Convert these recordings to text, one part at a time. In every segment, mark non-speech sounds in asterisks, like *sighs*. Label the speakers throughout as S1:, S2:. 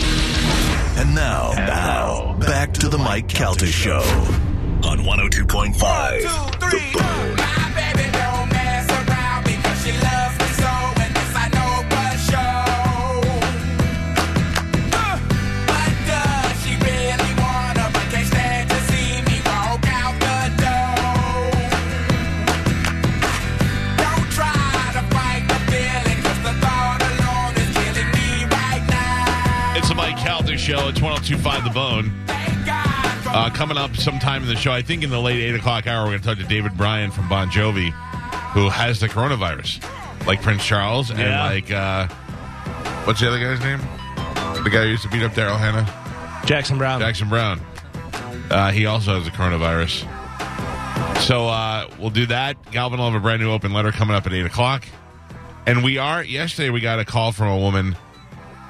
S1: And now, now, back to the Mike Calta Show on 102.5.
S2: It's the Mike Calder Show. It's 1025 The Bone. Uh, coming up sometime in the show, I think in the late 8 o'clock hour, we're going to talk to David Bryan from Bon Jovi, who has the coronavirus, like Prince Charles and
S3: Yeah.
S2: like, uh, what's the other guy's name? The guy who used to beat up Daryl Hannah?
S3: Jackson Brown.
S2: Jackson Brown. Uh, he also has the coronavirus. So uh, we'll do that. Galvin will have a brand new open letter coming up at 8 o'clock. And we are, yesterday, we got a call from a woman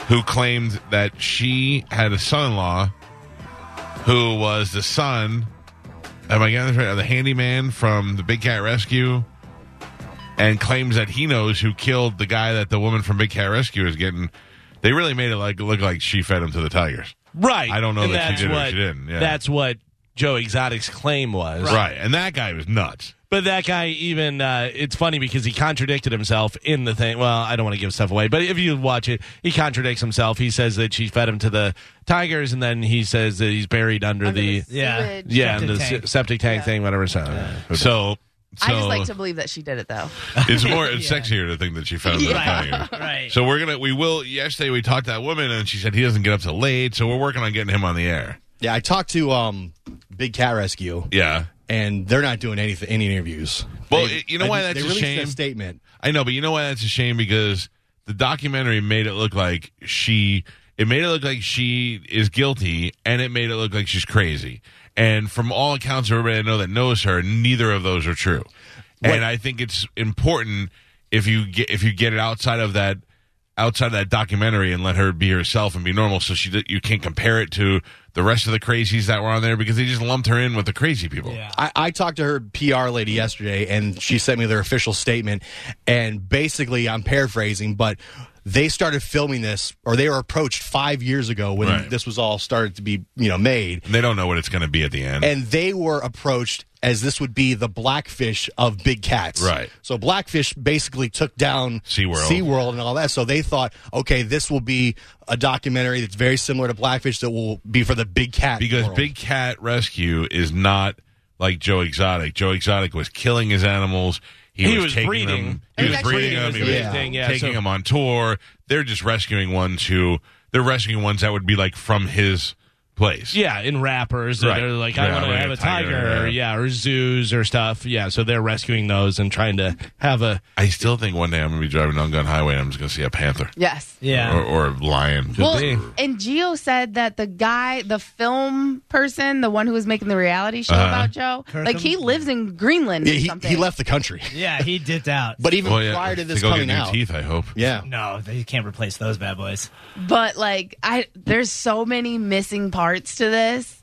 S2: who claimed that she had a son in law who was the son, am I getting this right? Of the handyman from the Big Cat Rescue. And claims that he knows who killed the guy that the woman from Big Cat Rescue is getting. They really made it like look like she fed him to the tigers.
S3: Right.
S2: I don't know
S3: And
S2: that she
S3: that's
S2: did or
S3: what,
S2: she didn't, yeah.
S3: That's what Joe Exotic's claim was.
S2: Right. And that guy was nuts.
S3: But that guy even uh, it's funny because he contradicted himself in the thing. Well, I don't want to give stuff away, but if you watch it, he contradicts himself. He says that she fed him to the tigers, and then he says that he's buried under, the,
S4: yeah.
S3: yeah
S4: Septic
S3: and the
S4: tank.
S3: se- septic tank
S4: Yeah.
S3: thing, whatever. So,
S2: So, so
S4: I just like to believe that she did it though.
S2: it's more it's sexier to think that she found the tiger.
S4: Right.
S2: So we're gonna we will yesterday we talked to that woman and she said he doesn't get up till late, so we're working on getting him on the air.
S5: Yeah, I talked to um, Big Cat Rescue,
S2: Yeah.
S5: and they're not doing anything, any interviews.
S2: Well,
S5: They-
S2: it- you know why that's
S5: they
S2: a
S5: released
S2: shame?
S5: statement.
S2: I know, but you know why that's a shame because the documentary made it look like she it made it look like she is guilty and it made it look like she's crazy. And from all accounts of everybody I know that knows her, neither of those are true. And I think it's important if you get if you get it outside of that outside of that documentary and let her be herself and be normal so she d- you can't compare it to the rest of the crazies that were on there because they just lumped her in with the crazy people. Yeah.
S5: I, I talked to her PR lady yesterday, and she sent me their official statement. And basically, I'm paraphrasing, but they started filming this, or they were approached five years ago when
S2: Right.
S5: this was all started to be, you know, made.
S2: They don't know what it's going to be at the end.
S5: and they were approached as this would be the blackfish of big cats.
S2: Right.
S5: So blackfish basically took down
S2: SeaWorld.
S5: SeaWorld and all that. So they thought, okay, this will be a documentary that's very similar to blackfish that will be for the big cat
S2: because
S5: world.
S2: Big Cat Rescue is not like Joe Exotic. Joe Exotic was killing his animals. He,
S3: He
S2: was,
S3: was
S2: taking
S3: breeding.
S2: them. He
S3: I mean,
S2: was
S3: that's
S2: breeding
S3: breeding
S2: them.
S3: was
S2: He
S3: the
S2: was
S3: big thing, yeah,
S2: taking
S3: so-
S2: them on tour. They're just rescuing ones who they're rescuing ones that would be like from his place.
S3: yeah, in rappers,
S2: Right.
S3: they're like,
S2: Yeah,
S3: I want to
S2: like
S3: have
S2: a
S3: a tiger,
S2: tiger,
S3: or,
S2: yeah.
S3: yeah, or zoos or stuff. Yeah, so they're rescuing those and trying to have a
S2: I still think one day I'm gonna be driving down Gun Highway and I'm just gonna see a panther
S4: Yes.
S2: or, or a lion.
S4: Well,
S3: be.
S4: and Geo said that the guy, the film person, the one who was making the reality show about Joe, like he lives in Greenland
S5: Uh-huh. Yeah,
S4: or
S5: he,
S4: something.
S5: he left the country.
S6: Yeah, he dipped out.
S5: But even
S2: Well, yeah,
S5: prior to this
S2: go
S5: coming
S2: get new
S5: out,
S2: teeth. I hope.
S5: yeah,
S6: no, they can't replace those bad boys.
S4: But like, I there's so many missing parts to this.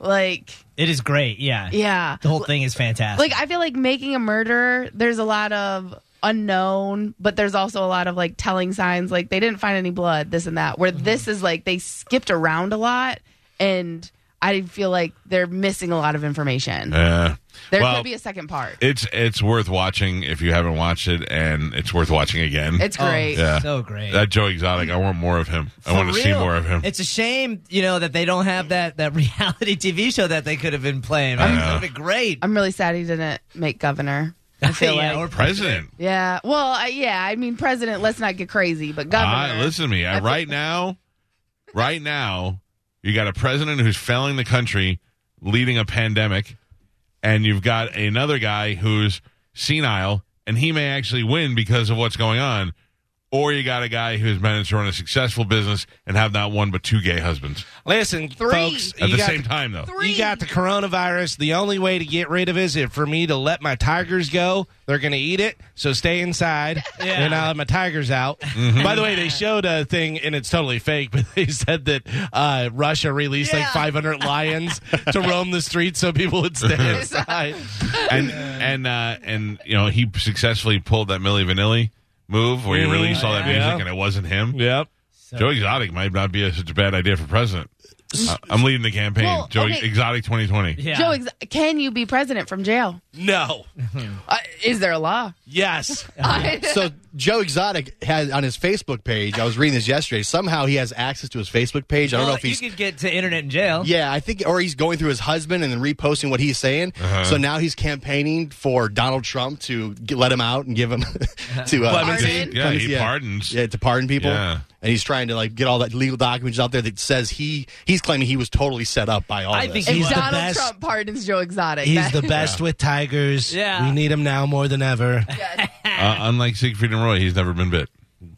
S4: Like,
S6: It is great. Yeah.
S4: yeah,
S6: The whole thing is fantastic.
S4: like I feel like making a murderer. There's a lot of unknown, but there's also a lot of like telling signs. Like they didn't find any blood, this and that. Where
S3: Mm-hmm.
S4: this is like they skipped around a lot, and I feel like they're missing a lot of information.
S2: Uh,
S4: There
S2: well,
S4: could be a second part.
S2: it's it's worth watching if you haven't watched it, and it's worth watching again.
S4: It's
S3: oh,
S4: great.
S2: yeah.
S6: Oh, so great.
S2: That Joe Exotic, I want more of him. I want to see
S6: real.
S2: more of him.
S6: It's a shame, you know, that they don't have that, *laughs* that reality TV show that they could have been playing. I mean, it would have been great.
S4: I'm really sad he didn't make governor. I feel
S6: yeah,
S4: like.
S6: or-
S2: President.
S4: yeah. Well, I, yeah. I mean, president. Let's not get crazy, but
S2: I-
S4: governor.
S2: listen to me. I, right now, right now, you got a president who's failing the country, leading a pandemic, and you've got another guy who's senile, and he may actually win because of what's going on. or you got a guy who's managed to run a successful business and have not one but two gay husbands
S3: Listen,
S4: Three.
S3: folks.
S2: at
S3: you
S2: the
S3: got
S2: same time, though.
S4: Three.
S3: You got the coronavirus. The only way to get rid of it is if for me to let my tigers go. They're going to eat it, so stay inside, and I'll have my tigers out.
S5: Mm-hmm.
S3: By the way, they showed a thing, and it's totally fake, *laughs* but they said that uh, Russia released like
S4: Yeah.
S3: 500 lions to roam the streets so people
S5: *laughs*
S3: would stay inside.
S2: and and uh, and you know he successfully pulled that Milli Vanilli move where he
S3: Mhm.
S2: released all that
S3: Yeah.
S2: music and it wasn't him.
S3: yep.
S2: Joe Exotic might not be a, such a bad idea for president. I- I'm leading the campaign.
S4: Well,
S2: Joe
S4: okay.
S2: Exotic 2020.
S6: Yeah.
S4: Joe, ex- can you be president from jail?
S3: No.
S4: Uh, is there a law? *laughs*
S3: Yes.
S5: so Joe Exotic has on his Facebook page. I was reading this yesterday. Somehow he has access to his Facebook page. I don't
S6: Well,
S5: know if he's
S6: you could get to internet in jail.
S5: yeah, I think or he's going through his husband and then reposting what he's saying.
S2: Uh-huh.
S5: So now he's campaigning for Donald Trump to get, let him out and give him *laughs* to uh,
S4: Clemency.
S2: Yeah, he pardons.
S5: Yeah, to pardon people.
S2: Yeah.
S5: And he's trying to like get all that legal documents out there that says he he's claiming he was totally set up by all
S6: I
S5: this.
S6: think
S4: If
S6: He's the
S4: Donald
S3: best.
S4: Trump pardons Joe Exotic,
S3: He's
S4: that- *laughs*
S3: the best with tigers.
S6: Yeah.
S3: We need him now more than ever.
S4: yes.
S2: Uh, unlike Siegfried and Roy, he's never been bit.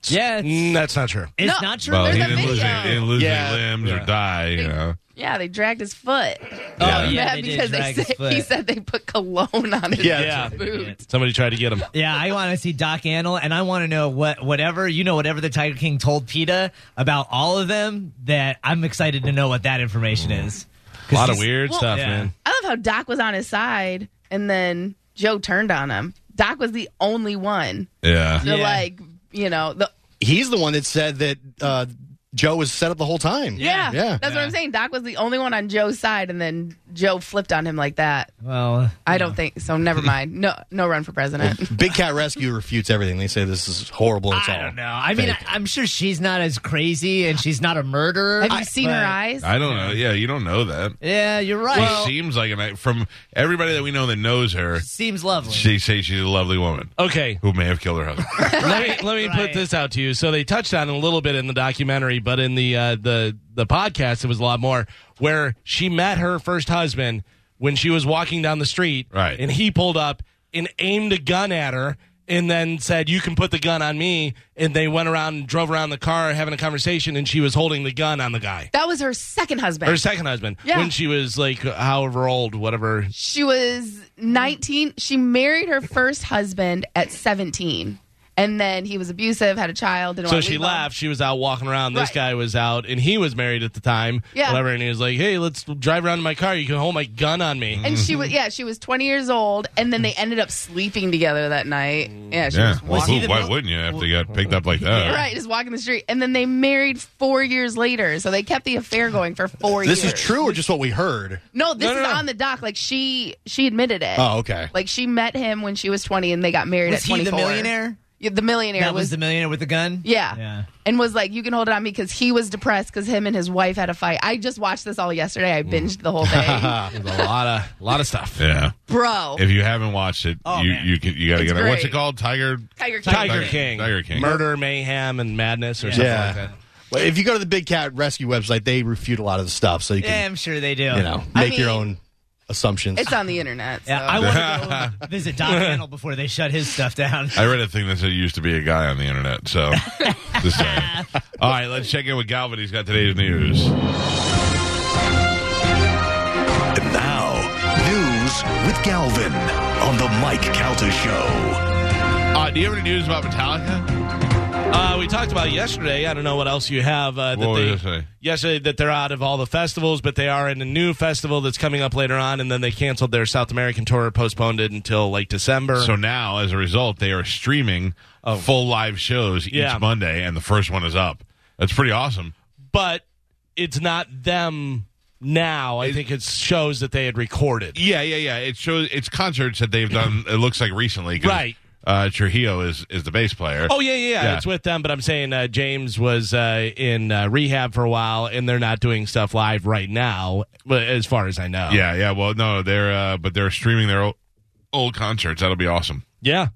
S6: Yeah, it's,
S3: Mm, that's not true.
S6: it's
S4: No.
S6: not true.
S2: Well, he
S4: There's a
S2: didn't lose,
S4: video.
S2: any, he didn't lose
S5: Yeah.
S2: any limbs or die. You know,
S4: yeah, they dragged his foot.
S6: Oh yeah,
S4: Yeah,
S6: they did
S4: because they
S6: drag his
S4: said,
S6: foot.
S4: he said they put cologne on his
S5: Yeah.
S3: Yeah.
S4: boot.
S3: Somebody tried to get him.
S6: Yeah, I want to see Doc Annell, and I want to know what whatever you know, whatever the Tiger King told PETA about all of them. That I'm excited to know what that information
S3: Mm.
S6: is.
S3: A lot of weird
S4: Well,
S3: stuff,
S6: yeah.
S3: man.
S4: I love how Doc was on his side, and then Joe turned on him. Doc was the only one
S2: yeah.
S4: to
S6: Yeah.
S4: like, you know, the
S5: he's the one that said that uh, Joe was set up the whole time.
S4: yeah,
S5: yeah.
S4: That's what I'm saying. Doc was the only one on Joe's side, and then Joe flipped on him like that.
S6: Well,
S4: I don't think so. Never mind. No, no run
S6: *laughs*
S4: for president.
S5: Big Cat Rescue refutes everything. They say this is horrible. and It's
S6: I
S5: all
S6: don't know. I mean,
S5: fake.
S6: I, am sure she's not as crazy, and she's not a murderer.
S4: Have you seen her
S6: but-
S4: eyes?
S2: I don't know. Yeah, you don't know that.
S6: Yeah, you're right.
S2: She seems like an from everybody that we know that knows her.
S6: seems lovely. *laughs*
S2: She says she's a lovely woman
S3: Okay,
S2: who may have killed her husband.
S3: let me let me put
S6: right.
S3: this out to you. So they touched on it a little bit in the documentary, but in the uh, the the podcast, it was a lot more where she met her first husband when she was walking down the street,
S2: Right.
S3: And he pulled up and aimed a gun at her, and then said, "You can put the gun on me." And they went around and drove around the car having a conversation, and she was holding the gun on the guy,
S4: That was her second husband.
S3: her second husband,
S4: Yeah.
S3: when she was like however old, whatever.
S4: She was 19. She married her first husband at 17. And then he was abusive, had a child. Didn't
S3: So
S4: wanna
S3: she
S4: leave him.
S3: left. She was out walking around. This
S4: Right.
S3: guy was out, and he was married at the time.
S4: Yeah.
S3: Whatever. And he was like, "Hey, let's drive around in my car. You can hold my gun on me."
S4: And she was, yeah, she was 20 years old. And then they ended up sleeping together that night. *laughs* Yeah, she
S2: yeah.
S4: was
S2: Well,
S4: walking.
S2: who- why wouldn't you after you got picked up like that?
S4: Right, just walking the street. And then they married four years later. So they kept the affair going for four
S5: this
S4: years.
S5: is true or just what we heard?
S4: No, this
S3: No, no,
S4: is
S3: no.
S4: on the dock. Like she she admitted it.
S5: Oh, okay.
S4: Like she met him when she was 20 and they got married
S6: Was
S4: at
S6: he
S4: 24.
S6: the millionaire?
S4: Yeah, the millionaire
S6: That was the millionaire with the gun.
S4: Yeah.
S6: Yeah.
S4: And was like, you can hold it on me because he was depressed because him and his wife had a fight. I just watched this all yesterday. I binged the
S6: *laughs*
S4: whole thing.
S3: There's a lot of lot of stuff.
S2: Yeah.
S4: Bro.
S2: If you haven't watched it,
S6: Oh,
S2: you
S6: man.
S2: you can, you got to
S4: It's
S2: get it. What's
S4: great.
S2: it called? Tiger.
S4: Tiger King.
S3: Tiger King.
S2: Tiger King.
S3: Murder, mayhem, and madness, or something like
S5: Yeah.
S3: that.
S5: Well, if you go to the Big Cat Rescue website, they refute a lot of the stuff, so you
S6: Yeah,
S5: can
S6: I'm sure they do.
S5: you know
S4: I
S5: make your
S4: mean,
S5: own assumptions.
S4: It's on the internet. So.
S6: Yeah, I want to go visit Doc Annell before they shut his stuff down.
S2: I read a thing that said you used to be a guy on the internet.
S4: *laughs*
S2: So, just saying. All right, let's check in with Galvin. He's got today's news.
S1: And now, news with Galvin on the Mike Calter Show.
S2: Uh, do you have any news about Metallica?
S3: Uh, we talked about it yesterday. I don't know what else you have. Uh, that
S2: What was
S3: they,
S2: yesterday?
S3: yesterday that they're out of all the festivals, but they are in a new festival that's *laughs* coming up later on, and then they canceled their South American tour, postponed it until like December.
S2: So now, as a result, they are streaming full live shows each
S3: Oh. Yeah.
S2: Monday, and the first one is up. That's pretty awesome.
S3: but it's not them now. I think it shows that they had recorded.
S2: Yeah, yeah, yeah. It shows it's concerts that they've done. It looks like recently, 'cause,
S3: Right.
S2: Uh, Trujillo is is the bass player.
S3: Oh yeah, yeah,
S2: Yeah.
S3: yeah. It's with them, but I'm saying uh, James was uh, in uh, rehab for a while, and they're not doing stuff live right now, but as far as I know.
S2: yeah, yeah. Well, no, they're uh, but they're streaming their old, old concerts. That'll be awesome.
S3: yeah.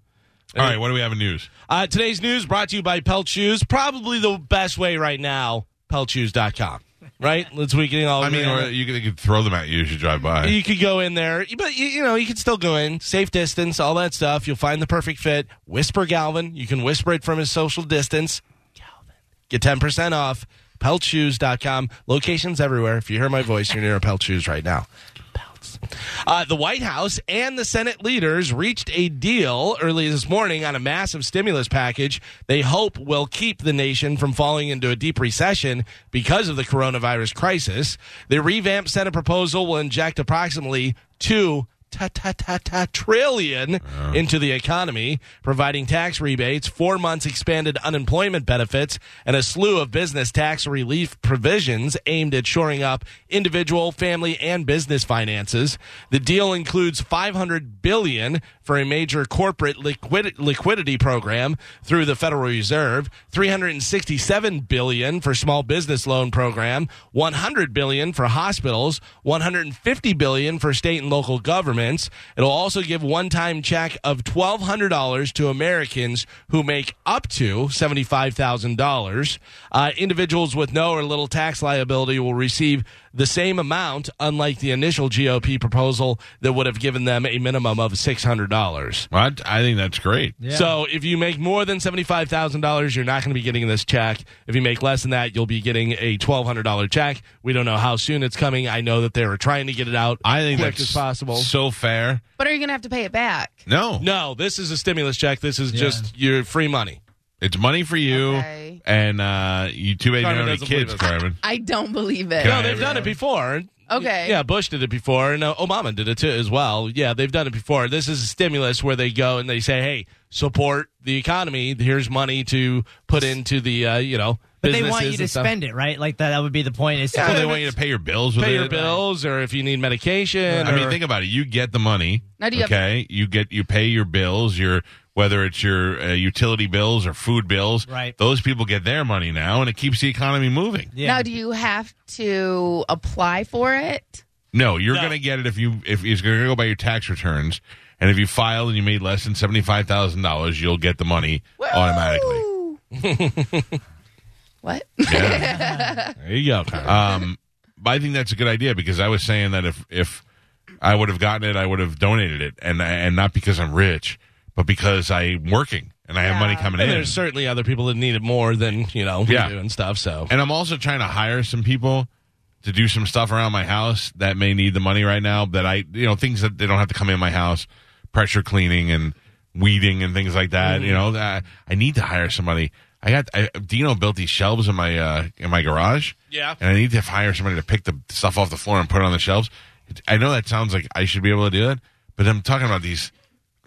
S2: All right, what do we have in news?
S3: Uh, today's news brought to you by Pelt Shoes. Probably the best way right now, PeltShoes.com. right? Let's weakening all.
S2: I mean, or you could, they could throw them at you as you drive by.
S3: you could go in there, but you, you know you could still go in, safe distance, all that stuff. You'll find the perfect fit. Whisper Galvin. You can whisper it from his social distance. Galvin, get ten percent off. Peltshoes.com. Locations everywhere. If you hear my voice, you're near a Pelt Shoes right now. Pelts. Uh, the White House and the Senate leaders reached a deal early this morning on a massive stimulus package they hope will keep the nation from falling into a deep recession because of the coronavirus crisis. The revamped Senate proposal will inject approximately two ta ta ta ta trillion into the economy, providing tax rebates, four months expanded unemployment benefits, and a slew of business tax relief provisions aimed at shoring up individual, family, and business finances. The deal includes 500 billion for a major corporate liquid- liquidity program through the Federal Reserve, 367 billion for small business loan program, 100 billion for hospitals, 150 billion for state and local governments. It'll also give one-time check of $1200 to Americans who make up to $75,000. Uh, individuals with no or little tax liability will receive the same amount unlike the initial GOP proposal that would have given them a minimum of $600.
S2: Well, I- I think that's great.
S3: So if you make more than seventy-five thousand dollars, you're not going to be getting this check. If you make less than that, you'll be getting a twelve hundred dollar check. We don't know how soon it's coming. I know that they were trying to get it out
S2: I think
S3: quick
S2: that's
S3: as possible.
S2: So fair.
S4: But are you gonna have to pay it back?
S2: No,
S3: no, this is a stimulus check. This is just your free money.
S2: it's money for you,
S4: Okay.
S2: and uh, you too bad you
S3: Carmen
S2: don't have any
S3: doesn't believe
S2: kids,
S3: us.
S2: Carmen.
S4: I don't believe it.
S2: Yeah,
S3: No, they've done it before.
S4: Okay.
S3: Yeah, Bush did it before, and uh, Obama did it too as well. Yeah, they've done it before. This is a stimulus where they go and they say, "Hey, support the economy. Here's money to put into the uh, you know."
S6: But they want
S3: businesses
S6: you to
S3: and stuff."
S6: spend it, right? Like that, that would be the point. Is
S2: So they want you to pay your bills. With
S3: pay
S2: it.
S3: your bills or if you need medication.
S2: I mean,
S3: or-
S2: think about it. You get the money.
S4: Now, do you have-
S2: okay, you get you pay your bills. Your whether it's your uh, utility bills or food bills.
S6: Right.
S2: Those people get their money now, and it keeps the economy moving.
S6: Yeah.
S4: Now, do you have to apply for it?
S2: No, you're
S3: No.
S2: going to get it if you if it's going to go by your tax returns, and if you filed and you made less than seventy five thousand dollars, you'll get the money automatically.
S4: Woo! what?
S2: Yeah.
S3: there you go.
S2: um, but I think that's a good idea because I was saying that if if I would have gotten it, I would have donated it, and and not because I'm rich, but because I'm working and I have money coming
S3: and
S2: in.
S3: there's certainly other people that need it more than you know we
S2: Yeah.
S3: do and stuff. So
S2: And I'm also trying to hire some people to do some stuff around my house that may need the money right now. That I, you know, things that they don't have to come in my house, pressure cleaning and weeding and things like that. You know, that I need to hire somebody. I got I, Dino built these shelves in my uh, in my garage.
S3: Yeah.
S2: and I need to hire somebody to pick the stuff off the floor and put it on the shelves. I know that sounds like I should be able to do it, but I'm talking about these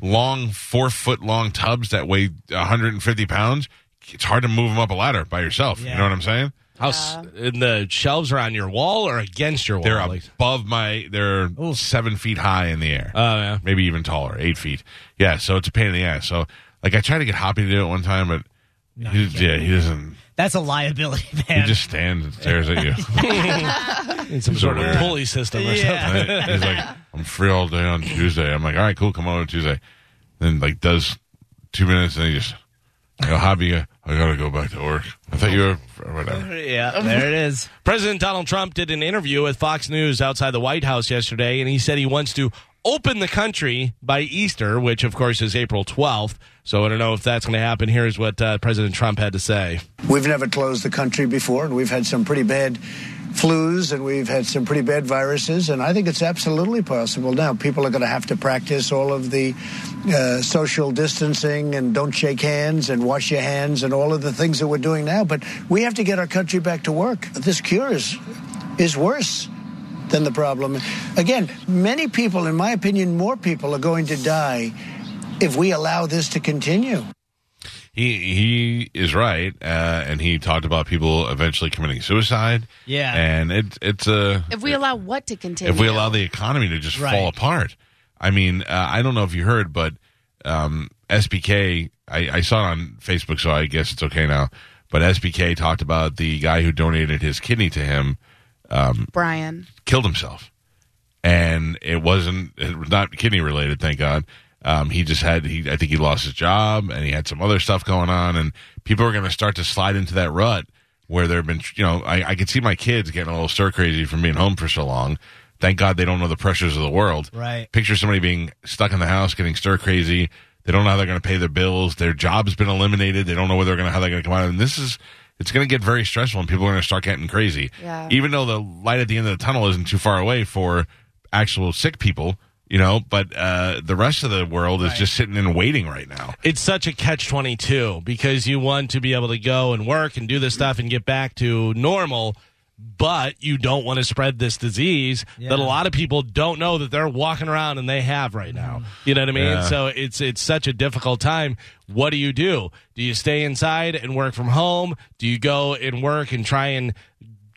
S2: long four foot long tubs that weigh 150 pounds. It's hard to move them up a ladder by yourself. You
S6: Yeah.
S2: know what I'm saying?
S3: how s and the shelves are on your wall or against your wall?
S2: They're
S3: Like-
S2: above my. They're seven feet high in the air.
S3: Oh yeah.
S2: maybe even taller, eight feet. Yeah, so it's a pain in the ass. So like, I tried to get Hoppy to do it one time, but he, yeah, he doesn't.
S6: That's a liability,
S2: He
S6: man.
S2: just stands and stares at you.
S6: *laughs*
S3: In some sort of
S2: weird.
S3: pulley system or
S6: Yeah.
S3: something.
S2: And he's like, "I'm free all day on Tuesday." I'm like, "All right, cool, come over Tuesday." Then like does two minutes, and he just, you know, Hoppy, I gotta go back to work. I thought you were or whatever.
S6: yeah, there it is.
S3: President Donald Trump did an interview with Fox News outside the White House yesterday, and he said he wants to open the country by Easter, which of course is April 12th. So I don't know if that's going to happen. Here's what uh, President Trump had to say.
S7: We've never closed the country before, and we've had some pretty bad flus and we've had some pretty bad viruses, and I think it's absolutely possible now. People are going to have to practice all of the uh, social distancing and don't shake hands and wash your hands and all of the things that we're doing now, but we have to get our country back to work. This cure is, is worse than the problem. Again, many people, in my opinion, more people are going to die if we allow this to continue.
S2: he he is right, uh, and he talked about people eventually committing suicide.
S6: Yeah.
S2: and it it's a
S4: *laughs* If we allow what to continue?
S2: if we allow the economy to just fall
S6: Right.
S2: apart. I mean, uh, I don't know if you heard, but um, SBK, I, I saw it on Facebook, so I guess it's okay now. But SBK talked about the guy who donated his kidney to him
S4: Brian,
S2: killed himself, and it wasn't it was not kidney related. Thank God. Um, he just had he I think he lost his job and he had some other stuff going on, and people are going to start to slide into that rut where there have been, you know, I, I could see my kids getting a little stir crazy from being home for so long. Thank God they don't know the pressures of the world.
S6: Right.
S2: Picture somebody being stuck in the house, getting stir crazy. They don't know how they're going to pay their bills. Their job's been eliminated. They don't know where they're going to how they're going to come out. And this is it's going to get very stressful, and people are going to start getting crazy.
S4: Yeah.
S2: Even though the light at the end of the tunnel isn't too far away for actual sick people, you know, but uh, the rest of the world is just sitting and waiting right now.
S3: it's such a catch 22 because you want to be able to go and work and do this stuff and get back to normal but you don't want to spread this disease that a lot of people don't know that they're walking around and they have right now you know what i mean
S2: Yeah.
S3: so it's it's such a difficult time what do you do do you stay inside and work from home do you go and work and try and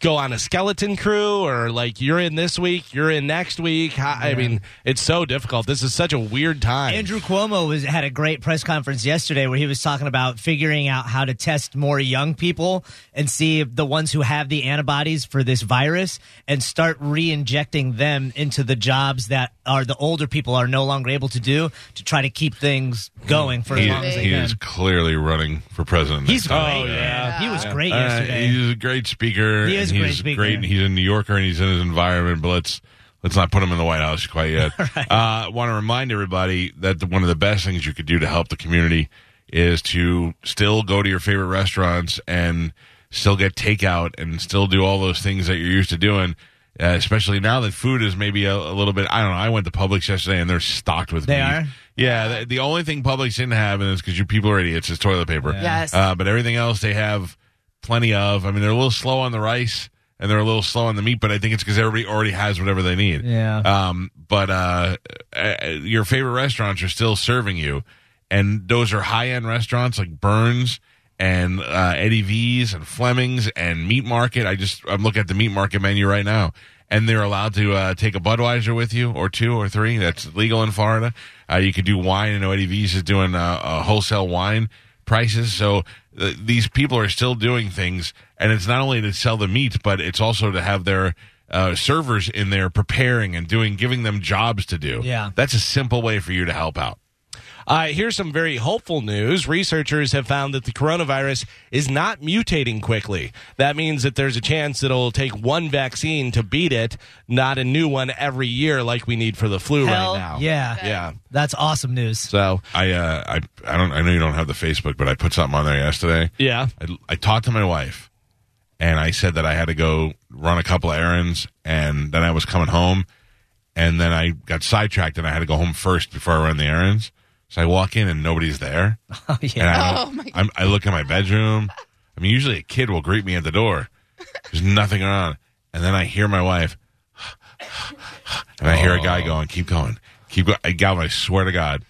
S3: go on a skeleton crew or like you're in this week you're in next week How- i mean it's so difficult this is such a weird time
S6: Andrew Cuomo was had a great press conference yesterday where he was talking about figuring out how to test more young people and see if the ones who have the antibodies for this virus and start re-injecting them into the jobs that are the older people are no longer able to do to try to keep things going for as
S2: He,
S6: long as they
S2: he
S6: can.
S2: is clearly running for president.
S6: He's
S2: next time.
S6: great.
S3: Oh,
S6: He was great
S2: Uh,
S6: yesterday.
S2: he's a great speaker.
S6: He is a
S2: and
S6: great
S2: he's
S6: speaker.
S2: Great. He's a New Yorker and he's in his environment. But let's let's not put him in the White House
S6: *laughs*
S2: quite yet. I uh, want to remind everybody that the, one of the best things you could do to help the community is to still go to your favorite restaurants and still get takeout and still do all those things that you're used to doing. Uh, especially now that food is maybe a, a little bit, I don't know. I went to Publix yesterday and they're stocked with
S6: They
S2: meat.
S6: are?
S2: Yeah, the, the only thing Publix didn't have, and it's because you people are idiots, is toilet paper.
S4: Yes.
S2: Uh, but everything else they have plenty of. I mean, they're a little slow on the rice and they're a little slow on the meat, but I think it's because everybody already has whatever they need.
S6: Yeah.
S2: Um, but uh, uh, your favorite restaurants are still serving you, and those are high end restaurants like Burns and uh, Eddie V's and Fleming's and Meat Market. I just I'm looking at the Meat Market menu right now, and they're allowed to uh, take a Budweiser with you or two or three. That's legal in Florida. Uh, you could do wine. I know Eddie V's is doing uh, uh, wholesale wine prices. So th- these people are still doing things, and it's not only to sell the meat, but it's also to have their uh, servers in there preparing and doing, giving them jobs to do.
S6: Yeah.
S2: that's a simple way for you to help out.
S3: Uh, here's some very hopeful news. Researchers have found that the coronavirus is not mutating quickly. That means that there's a chance it'll take one vaccine to beat it, not a new one every year like we need for the flu
S6: Hell
S3: right now.
S6: yeah.
S3: Yeah.
S6: That's awesome news.
S3: So,
S2: I uh, I I don't I know you don't have the Facebook, but I put something on there yesterday.
S3: yeah.
S2: I, I talked to my wife and I said that I had to go run a couple of errands and then I was coming home and then I got sidetracked and I had to go home first before I ran the errands. So I walk in and nobody's there.
S6: *laughs* Oh,
S2: And
S6: yeah.
S2: I,
S4: Oh,
S2: don't-
S4: my
S2: I'm, I look in my bedroom. I mean, usually a kid will greet me at the
S4: *laughs*
S2: door. There's nothing around. And then I hear my wife and I hear a guy going, keep going, keep going. I, Galvin, I swear to God.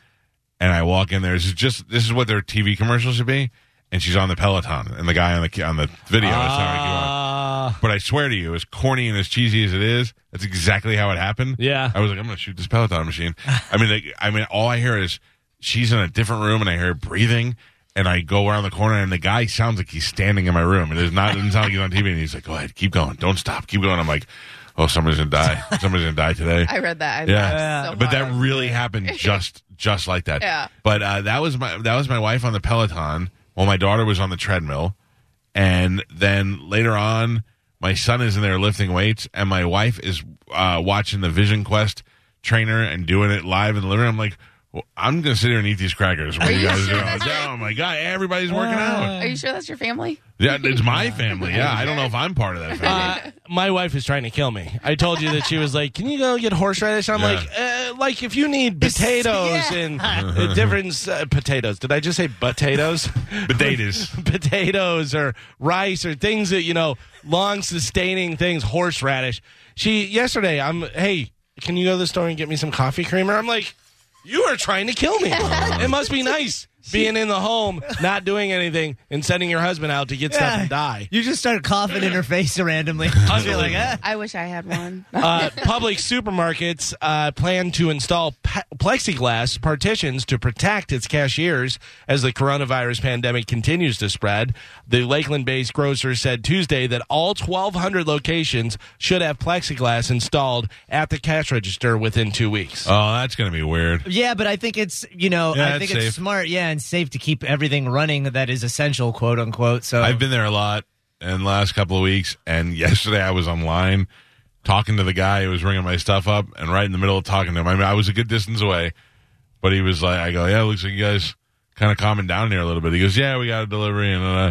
S2: And I walk in there. This is just, this is what their TV commercial should be. And she's on the Peloton and the guy on the, on the video. is how I keep on.
S3: Uh,
S2: But I swear to you, as corny and as cheesy as it is, that's exactly how it happened.
S6: *laughs*
S3: Yeah.
S2: I was like, I'm going to shoot this Peloton machine. I mean, like, I mean, all I hear is she's in a different room, and I hear breathing, and I go around the corner, and the guy sounds like he's standing in my room. It does not it doesn't sound like he's on TV, and he's like, "Go ahead, keep going, don't stop, keep going." I'm like, "Oh, somebody's gonna die. Somebody's gonna die today."
S4: I read that. I
S2: Yeah.
S4: laughed so
S2: but that
S4: hard.
S2: really
S4: *laughs*
S2: happened just just like that.
S4: Yeah.
S2: But uh, that was my that was my wife on the Peloton while my daughter was on the treadmill, and then later on, my son is in there lifting weights, and my wife is uh, watching the Vision Quest trainer and doing it live in the living room. I'm like. Well, I'm gonna sit here and eat these crackers. What
S4: Are
S2: you
S4: you
S2: guys
S4: sure
S2: doing?
S4: that's right?
S2: Oh my god! Everybody's working out.
S4: Are you sure that's your family?
S2: Yeah, it's my family. Yeah, I don't know if I'm part of that
S4: *laughs*
S2: family.
S3: uh, my wife is trying to kill me. I told you that she was like, "Can you go get horseradish?" I'm
S2: Yeah.
S3: like, uh, "Like if you
S6: *laughs*
S3: need potatoes and uh, different uh, potatoes." Did I just say potatoes?
S2: Potatoes.
S3: *laughs* potatoes or rice or things that you know long sustaining things horseradish she yesterday i'm hey can you go to the store and get me some coffee creamer i'm like you are trying to kill
S6: *laughs*
S3: me it must be nice being in the home not doing anything and sending your husband out to get stuff and die
S6: You just start coughing in her
S2: Oh,
S6: face randomly. You're like, ah.
S4: I wish I had
S2: *laughs*
S4: one.
S3: uh, public supermarkets uh, plan to install pe- plexiglass partitions to protect its cashiers as the coronavirus pandemic continues to spread. The Lakeland based grocer said Tuesday that all 1,200 locations should have plexiglass installed at the cash register within two weeks.
S2: Oh, that's gonna be weird.
S6: Uh, Yeah, but I think it's you know
S2: Yeah,
S6: I think
S2: it's
S6: it's
S2: safe.
S6: smart, yeah, and safe to keep everything running that is essential, quote unquote. So
S2: I've been there a lot. in the last couple of weeks. And *laughs* yesterday I was online talking to the guy who was ringing my stuff up, and right in the middle of talking to him, I mean, I was a good distance away, but he was like, I go, yeah, looks like you guys kind of calming down here a little bit. He goes, yeah, we got a delivery, and uh,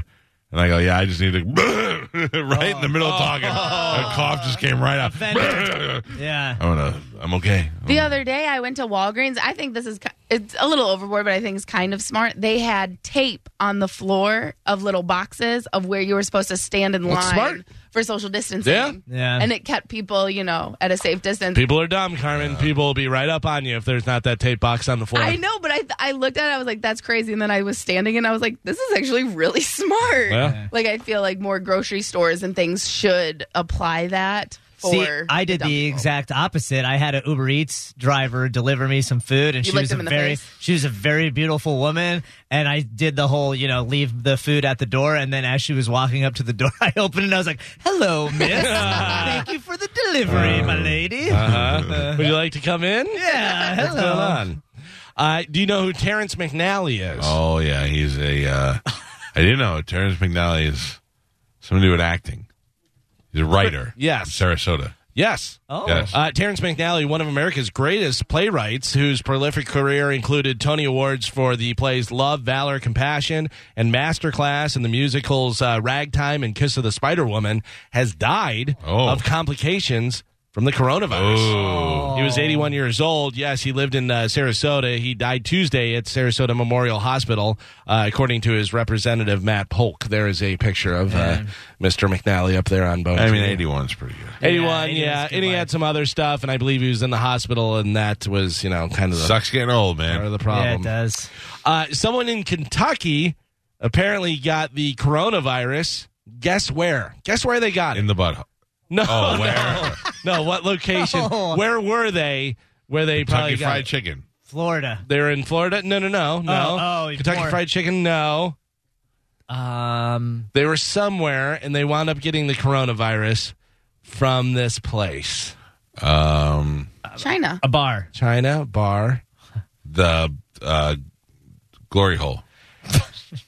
S2: and I go, yeah, I just need to *laughs* right
S6: Oh.
S2: in the middle of talking, a cough just came right out. *laughs*
S6: Offended. Yeah.
S2: I'm gonna, I'm okay.
S4: The other day, I went to Walgreens. I think this is ki- it's a little overboard, but I think it's kind of smart. They had tape on the floor of little boxes of where you were supposed to stand in
S2: That's
S4: line
S2: smart.
S4: for social distancing.
S2: Yeah.
S6: Yeah.
S4: and it kept people, you know, at a safe distance.
S3: People are dumb, Carmen. People will be right up on you if there's not that tape box on the floor.
S4: I know, but I th- I looked at it. I was like, "That's crazy." And then I was standing, and I was like, "This is actually really *laughs* smart."
S3: Yeah.
S4: Like I feel like more grocery stores and things should apply that. For
S6: See, I did
S4: dumb
S6: the
S4: people.
S6: exact opposite. I had an Uber Eats driver deliver me some food, and
S4: You
S6: she
S4: licked
S6: was a
S4: him in the
S6: very
S4: face?
S6: she was a very beautiful woman. And I did the whole, you know, leave the food at the door, and then as she was walking up to the door, *laughs* I opened and I was like, "Hello,
S2: *laughs*
S6: miss. Thank you for the delivery, my lady." *laughs*
S3: Uh-huh. Would you like to come in?
S6: Yeah,
S3: What's
S6: hello.
S3: going on? Uh, do you know who Terrence McNally is?
S2: Oh yeah, he's a. Uh, I didn't know Terrence McNally is something to do with acting. He's a
S3: *laughs*
S2: writer.
S3: Yes.
S2: from Sarasota.
S3: Yes.
S6: Oh,
S2: Yes.
S3: Uh, Terrence McNally, one of America's greatest playwrights, whose prolific career included Tony Awards for the plays Love, Valor, Compassion, and Masterclass, and the musicals uh, Ragtime and Kiss of the Spider Woman, has died
S2: Oh.
S3: of complications from the coronavirus.
S2: Oh.
S3: He was 81 years old. Yes, he lived in uh, Sarasota. He died Tuesday at Sarasota Memorial Hospital, uh, according to his representative, Matt Polk. There is a picture of uh, Mr. McNally up there on Bone.
S2: I mean,
S3: TV.
S2: eighty-one's pretty good.
S3: 81,
S6: 81
S3: yeah.
S6: is good
S3: And he
S6: life.
S3: had some other stuff, and I believe he was in the hospital, and that was, you know, kind of the,
S2: Sucks getting old,
S3: part of
S2: man.
S3: the
S6: yeah, it
S1: Um,
S3: problem.
S6: does.
S3: uh, someone in Kentucky apparently got the coronavirus. Guess where? Guess where they got it?
S2: In the butt.
S3: no.
S2: Oh,
S3: no.
S2: where?
S3: *laughs* No,
S2: *laughs*
S3: what location?
S6: No.
S3: Where were they where they probably
S2: Kentucky
S3: got
S2: Fried
S3: it?
S2: Chicken.
S6: Florida.
S3: They're in Florida? No, no, no, no.
S6: oh, even
S3: Kentucky
S6: more.
S3: Fried Chicken, no.
S6: Um,
S3: They were somewhere, and they wound up getting the coronavirus from this place.
S2: Um,
S4: China.
S6: a bar.
S3: China bar.
S2: the uh, glory hole.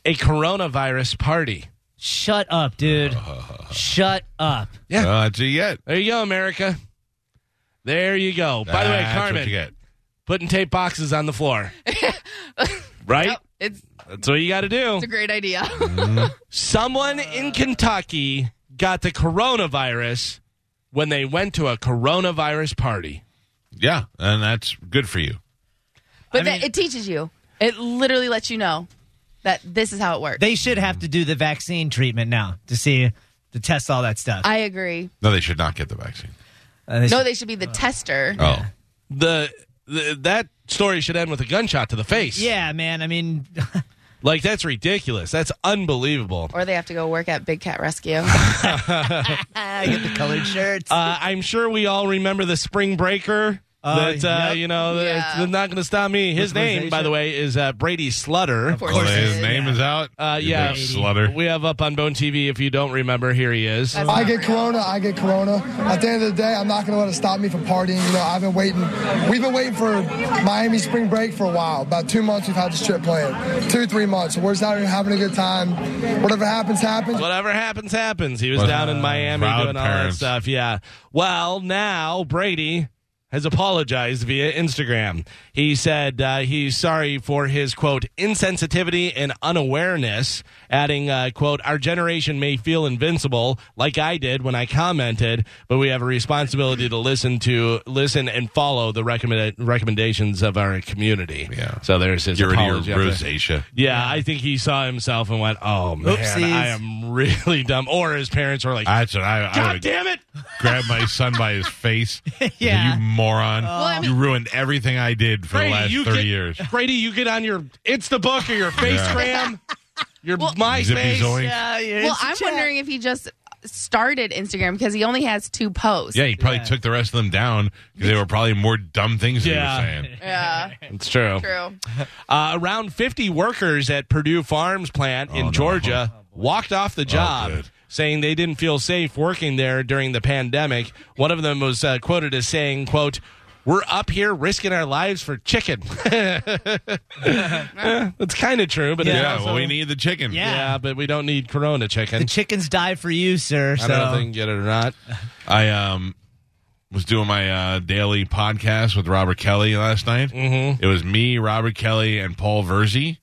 S3: A coronavirus party.
S6: Shut up, dude. Shut up.
S3: Yeah.
S2: Uh, that's it yet.
S3: There you go, America. There you go. By the way,
S2: That's what you
S3: Carmen,
S2: get.
S3: putting tape boxes on the floor. right?
S4: Yep, Oh, it's,
S3: That's what you got to do.
S4: it's a
S6: *laughs*
S4: great idea.
S3: Someone in Kentucky got the coronavirus when they went to a coronavirus party.
S2: Yeah, and that's good for you.
S4: But that, it teaches you. It literally lets you know that this is how it works.
S6: They should have to do the vaccine treatment now to see to test all that stuff.
S4: I agree.
S2: No, they should not get the vaccine.
S6: Uh, they
S4: No,
S6: should-
S4: they should be the tester.
S2: Oh,
S3: The, the that story should end with a gunshot to the face.
S6: yeah, man. I mean, *laughs*
S3: Like that's ridiculous. That's unbelievable.
S4: Or they have to go work at Big
S2: *laughs*
S4: Cat Rescue.
S6: get the colored shirts.
S3: Uh, I'm sure we all remember the spring breaker.
S6: Uh,
S3: that uh,
S6: yep.
S3: you know, that
S4: Yeah.
S3: it's not going to stop me. His name, by the way, is uh, Brady Slutter.
S4: Of course.
S2: Oh,
S4: it
S2: his
S4: is.
S2: name is out.
S3: Uh,
S2: You
S3: yeah.
S2: big slutter.
S3: We have up on Bone TV. If you don't remember, here he is.
S4: That's
S8: I
S4: not
S8: get
S4: real.
S8: corona, I get corona. At the end of the day, I'm not going to let it stop me from partying. You know, I've been waiting. We've been waiting for Miami spring break for a while. About two months we've had this trip planned. Two, three months. We're just out here having a good time. Whatever happens, happens.
S3: Whatever happens, happens. He was
S2: Well,
S3: down in Miami
S2: uh, proud
S3: doing all
S2: parents.
S3: that stuff. Yeah. Well, now Brady has apologized via Instagram. He said uh, he's sorry for his quote insensitivity and unawareness, adding uh, quote Our generation may feel invincible, like I did when I commented, but we have a responsibility to listen to listen and follow the recommend- recommendations of our community.
S2: Yeah.
S3: So there's his
S2: Get rid of
S3: apology
S2: your
S3: after-
S2: rosacea.
S3: yeah, I think he saw himself and went, "Oh man,
S6: Oopsies.
S3: I am really dumb." Or his parents were like,
S2: That's what I, I
S3: "God
S2: would
S3: damn it!"
S2: grab my son by
S6: *laughs*
S2: his face.
S6: Yeah. Oh.
S2: You moron.
S4: I mean-
S2: you ruined everything I did for the last
S3: you
S2: 30
S6: *laughs*
S3: get,
S2: years.
S3: Brady, you get on your it's the book
S2: *laughs*
S3: or your FaceGram, your
S2: Zippy
S3: MySpace.
S2: zoink.
S6: yeah, yeah,
S4: Well,
S6: it's a
S4: I'm
S6: chat.
S4: wondering if he just started Instagram because he only has two posts.
S2: Yeah, he probably
S6: Yeah.
S2: took the rest of them down because they were probably more dumb things that
S3: Yeah.
S2: he was saying.
S4: Yeah,
S3: It's true.
S4: true.
S3: Uh, around 50 workers at Purdue Farms
S2: Oh,
S3: plant in Georgia walked off the job.
S2: good.
S3: Saying they didn't feel safe working there during the pandemic. One of them was uh, quoted as saying, "quote we're up here risking our lives for chicken. *laughs* Eh, That's kind of true, but it's
S2: Yeah,
S3: also-
S2: well, we need the chicken.
S3: Yeah. but we don't need Corona chicken.
S6: The chickens die for you, sir.
S3: I
S6: So
S3: don't know if they can get it or not.
S2: I um was doing my uh, daily podcast with Robert Kelly last night.
S6: Mm.
S2: Mm-hmm. It was me, Robert Kelly, and Paul Verzi,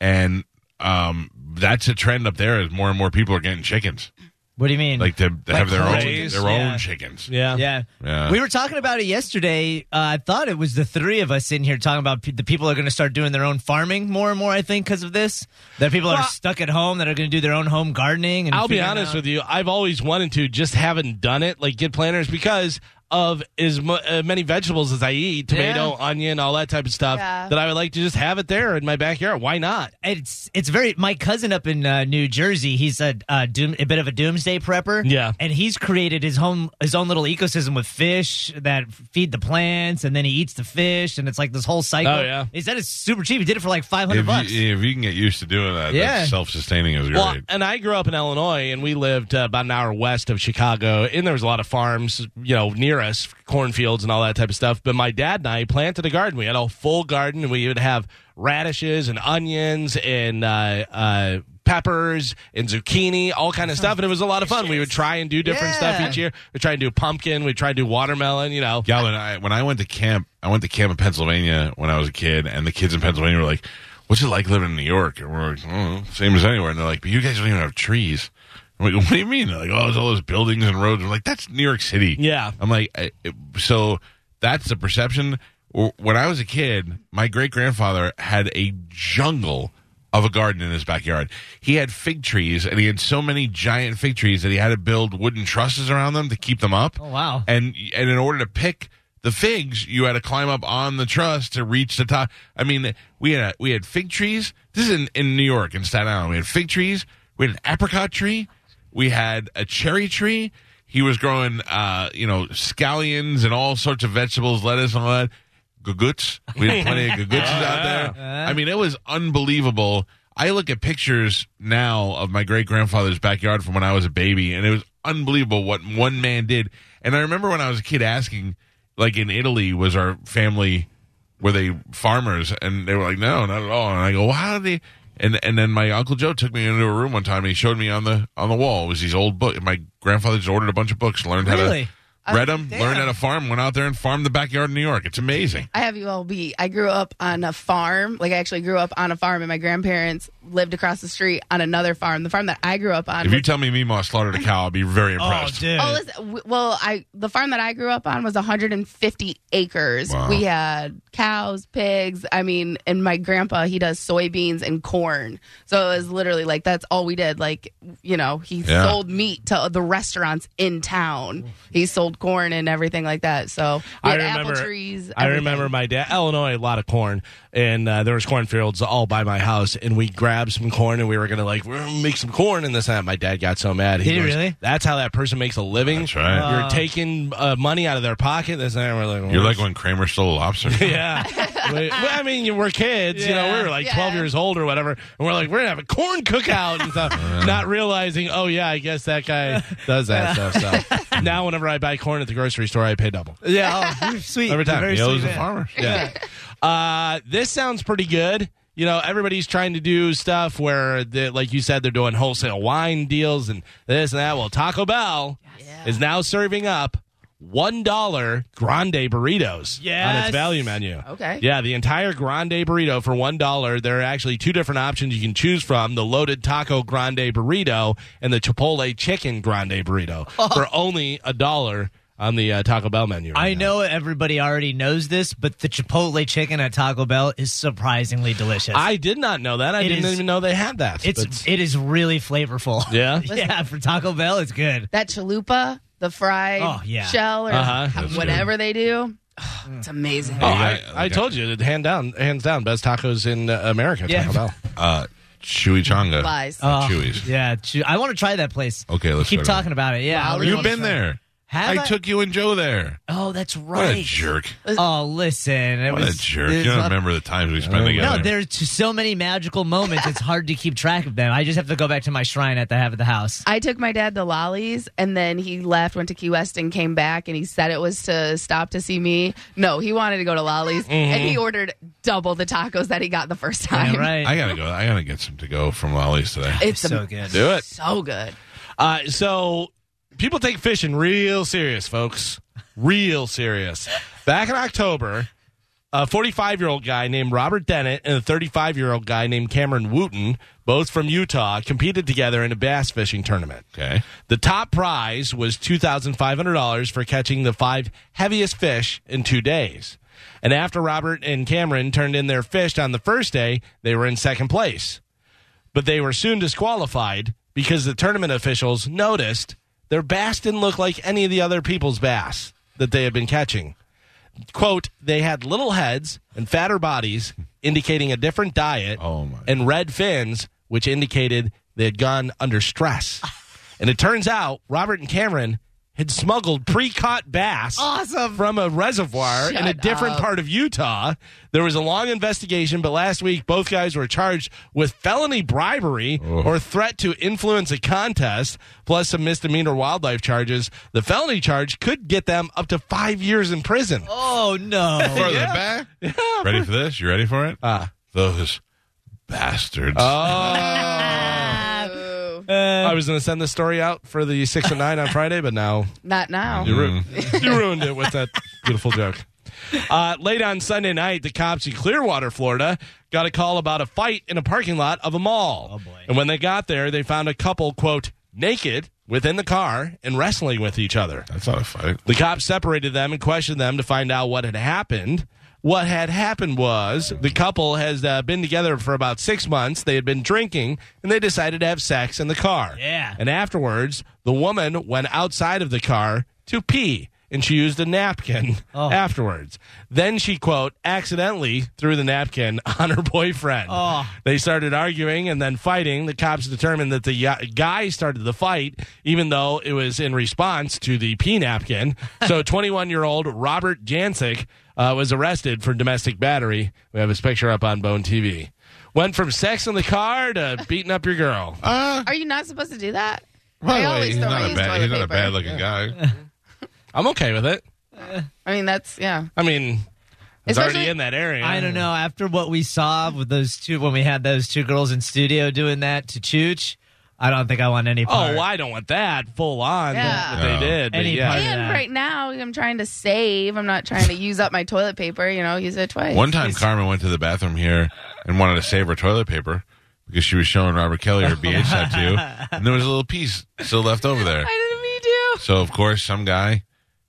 S2: and um, that's a trend up there. Is more and more people are getting chickens,
S6: what do you mean?
S2: like to have their
S3: Raised,
S2: own their
S6: yeah.
S2: own chickens.
S3: Yeah.
S6: Yeah.
S2: Yeah.
S6: We were talking about it yesterday. Uh, I thought it was the three of us in here talking about pe- the people are going to start doing their own farming more and more, I think, because of this. That people
S3: Well-
S6: are stuck at home that are going to do their own home gardening. And
S3: I'll be honest with you. I've always wanted to, just haven't done it. Like get planters because of as mu- uh, many vegetables as I eat, tomato, onion, all that type of stuff.
S4: Yeah.
S3: That I would like to just have it there in my backyard. Why not?
S6: It's it's very my cousin up in uh, New Jersey. He's a uh, doom, a bit of a doomsday prepper.
S3: Yeah.
S6: and he's created his home his own little ecosystem with fish that feed the plants, and then he eats the fish, and it's like this whole cycle.
S3: Oh, yeah.
S6: he said it's super cheap. He did it for like five hundred
S2: If
S6: bucks.
S2: you, if you can get used to doing that,
S6: Yeah.
S2: self sustaining is great.
S3: Well, and I grew up in Illinois, and we lived uh, about an hour west of Chicago, and there was a lot of farms, you know, near us, cornfields and all that type of stuff. But my dad and I planted a garden. We had a full garden, and we would have radishes and onions and uh, uh, peppers and zucchini, all kind of stuff, and it was a lot of fun. We would try and do different stuff
S6: Yeah.
S3: each year. We try and do pumpkin. We try and do watermelon. You know,
S2: Galvin, I, when I went to camp, I went to camp in Pennsylvania when I was a kid, and the kids in Pennsylvania were like, "What's it like living in New York?" And we're like, "Oh, "Same as anywhere." And they're like, "But you guys don't even have trees." I'm like, "What do you mean?" They're like, "Oh, there's all those buildings and roads." I'm like, "That's New York City."
S3: Yeah.
S2: I'm like, I, it- "So that's the perception." W- When I was a kid, my great grandfather had a jungle of a garden in his backyard. He had fig trees, and he had so many giant fig trees that he had to build wooden trusses around them to keep them up
S6: Oh, wow.
S2: and and in order to pick the figs, you had to climb up on the truss to reach the top. I mean, we had we had fig trees. This is in, in New York in Staten Island. We had fig trees. We had an apricot tree. We had a cherry tree. He was growing, uh, you know, scallions and all sorts of vegetables, lettuce and all that. Guguts. We had plenty of guguts out there. I mean, it was unbelievable. I look at pictures now of my great grandfather's backyard from when I was a baby, and it was unbelievable what one man did. And I remember when I was a kid asking, like in Italy, was our family were they farmers? And they were like, no, not at all. And I go, well, how did they? And and then my uncle Joe took me into a room one time, and he showed me on the on the wall it was these old books. My grandfather just ordered a bunch of books, learned how
S6: Really?
S2: to read them, learned how to farm, went out there and farmed the backyard in New York. It's amazing.
S4: I have you all beat. I grew up on a farm. Like I actually grew up on a farm, and my grandparents lived across the street on another farm. The farm that I grew up on.
S2: If you
S4: was-
S2: tell me Meemaw slaughtered a cow, I'll be very
S6: oh,
S2: impressed.
S6: dude.
S4: oh, listen, w- well, I the farm that I grew up on was 150 acres.
S2: Wow.
S4: We had cows, pigs. I mean, and my grandpa he does soybeans and corn. So it was literally like that's all we did. Like you know, he
S2: Yeah.
S4: sold meat to the restaurants in town. He sold corn and everything like that. So we
S3: I
S4: had
S3: remember.
S4: apple trees.
S3: I
S4: everything.
S3: remember my dad, Illinois, a lot of corn, and uh, there was cornfields all by my house. And we grabbed some corn, and we were gonna like we're gonna make some corn and this and that. My dad got so mad.
S6: Did he
S3: goes,
S6: really?
S3: That's how that person makes a living.
S2: That's right.
S3: You're taking uh, money out of their pocket. This and that. We're like,
S2: You're
S3: "Well,
S2: like when Kramer stole a lobster.
S3: *laughs* yeah. we, well, I mean, you we're kids. You know, we were like
S4: Yeah.
S3: 12 years old or whatever. And we're like, we're going to have a corn cookout and stuff. not realizing, oh, yeah, I guess that guy does that stuff.
S4: *laughs*
S3: So now, whenever I buy corn at the grocery store, I pay double.
S6: yeah, oh, sweet.
S3: Every time.
S6: Very
S3: He
S6: sweet
S2: Those are
S6: man.
S2: farmers.
S3: Yeah. uh, this sounds pretty good. You know, everybody's trying to do stuff where, they, like you said, they're doing wholesale wine deals and this and that. Well, Taco Bell is now serving up one dollar grande burritos on its
S6: Yes.
S3: value menu.
S4: Okay.
S3: Yeah, the entire grande burrito for one dollar. There are actually two different options you can choose from: the loaded taco grande burrito and the chipotle chicken grande burrito for only a dollar on the uh, Taco Bell menu. right
S6: I
S3: now.
S6: know everybody already knows this, but the Chipotle chicken at Taco Bell is surprisingly delicious.
S3: I did not know that. I
S6: It
S3: didn't
S6: is-
S3: even know they had that.
S6: it's
S3: But-
S6: it is really flavorful.
S3: *laughs* yeah.
S6: *laughs* yeah, for Taco Bell, it's good.
S4: that chalupa, the fried
S6: Oh, yeah.
S4: shell, or
S3: Uh-huh.
S4: ho-
S2: That's
S4: whatever they do. *sighs* it's amazing.
S3: Oh,
S2: Yeah,
S3: I,
S2: I-
S3: I, told you, that hand down, hands down, best tacos in uh, America.
S6: Yeah. Oh, *laughs*
S3: Taco Bell.
S2: Uh, Chewy Changa.
S4: Lies.
S3: Oh,
S2: Uh, Chewy's.
S6: Yeah, chew- I want to try that place.
S2: Okay, let's
S6: keep
S2: try it.
S6: talking about it. Yeah,
S4: Wow,
S6: I really
S2: You've
S6: wanna
S2: been
S6: try it.
S2: there.
S6: Have
S2: I took you and Joe there.
S6: Oh, that's
S2: What
S6: right.
S2: a jerk.
S6: Oh, listen. It
S2: What a
S6: was,
S2: jerk.
S6: it
S2: You
S6: was
S2: don't
S6: not-
S2: remember the times we spent
S6: No,
S2: together.
S6: there's t- so many magical moments. It's hard to keep track of them. I just have to go back to my shrine at the have at the house.
S4: I took my dad to Lolly's and then he left, went to Key West and came back and he said it was to stop to see me. No, he wanted to go to Lolly's and
S2: Mm-hmm.
S4: he ordered double the tacos that he got the first time.
S6: Yeah, right.
S2: I gotta go. I gotta get some to go from Lolly's today.
S4: *laughs* It's
S6: so
S4: am-
S6: good.
S2: Do it.
S4: So good.
S3: Uh, so people take fishing real serious, folks. Real serious. Back in October, a 45 year old guy named Robert Dennett and a 35 year old guy named Cameron Wooten, both from Utah, competed together in a bass fishing tournament.
S2: Okay.
S3: The top prize was $2,500 for catching the five heaviest fish in two days. And after Robert and Cameron turned in their fish on the first day, they were in second place but they were soon disqualified because the tournament officials noticed their bass didn't look like any of the other people's bass that they had been catching. Quote, they had little heads and fatter bodies, indicating a different diet,
S2: Oh, my.
S3: and red fins, which indicated they had gone under stress. and it turns out Robert and Cameron had smuggled pre caught bass
S6: Awesome.
S3: from a reservoir in a
S4: Shut
S3: different
S4: up.
S3: part of Utah. There was a long investigation, but last week both guys were charged with felony bribery or threat to influence a contest, plus some misdemeanor wildlife charges. The felony charge could get them up to five years in prison.
S6: Oh no.
S2: Further back. Ready for this? You ready for it? Ah. Those bastards.
S3: I was going to send this story out for the six and nine on Friday, but now
S4: Not now.
S3: You, ru- you ruined it with that beautiful joke. Uh, late on Sunday night, the cops in Clearwater, Florida, got a call about a fight in a parking lot of a mall. Oh, boy. And when they got there, they found a couple, quote, naked within the car and wrestling with each other.
S2: That's not a fight.
S3: The cops separated them and questioned them to find out what had happened. What had happened was the couple has uh, been together for about six months. They had been drinking and they decided to have sex in the car.
S6: Yeah.
S3: And afterwards, the woman went outside of the car to pee and she used a napkin afterwards. Then she, quote, accidentally threw the napkin *laughs* on her boyfriend.
S6: Oh.
S3: They started arguing and then fighting. The cops determined that the y- guy started the fight, even though it was in response to the pee napkin. So, 21 year old Robert Jancic uh, was arrested for domestic battery. We have his picture up on Bone TV. Went from sex in the car to beating up your girl.
S4: Are you not supposed to do that?
S2: By
S4: I
S2: the way,
S4: always
S2: he's
S4: throw my
S2: not a
S4: used
S2: bad
S4: toilet
S2: he's not a
S4: paper.
S2: bad looking guy.
S3: I'm okay with it.
S4: I mean, that's, yeah.
S3: I mean, it's already
S4: Especially-
S3: in that area.
S6: I don't know. After what we saw with those two, when we had those two girls in studio doing that to Chooch, I don't think I want any part.
S3: Oh, I don't want that full on
S4: Yeah.
S3: that, that they
S2: No.
S3: did. But
S6: Any
S3: yeah.
S6: part of
S4: And
S6: that.
S4: right now, I'm trying to save. I'm not trying to use up my toilet paper. You know, use it twice.
S2: One time, Carmen went to the bathroom here and wanted to save her toilet paper because she was showing Robert Kelly her BH tattoo, and there was a little piece still left over there.
S4: I didn't mean to.
S2: So of course, some guy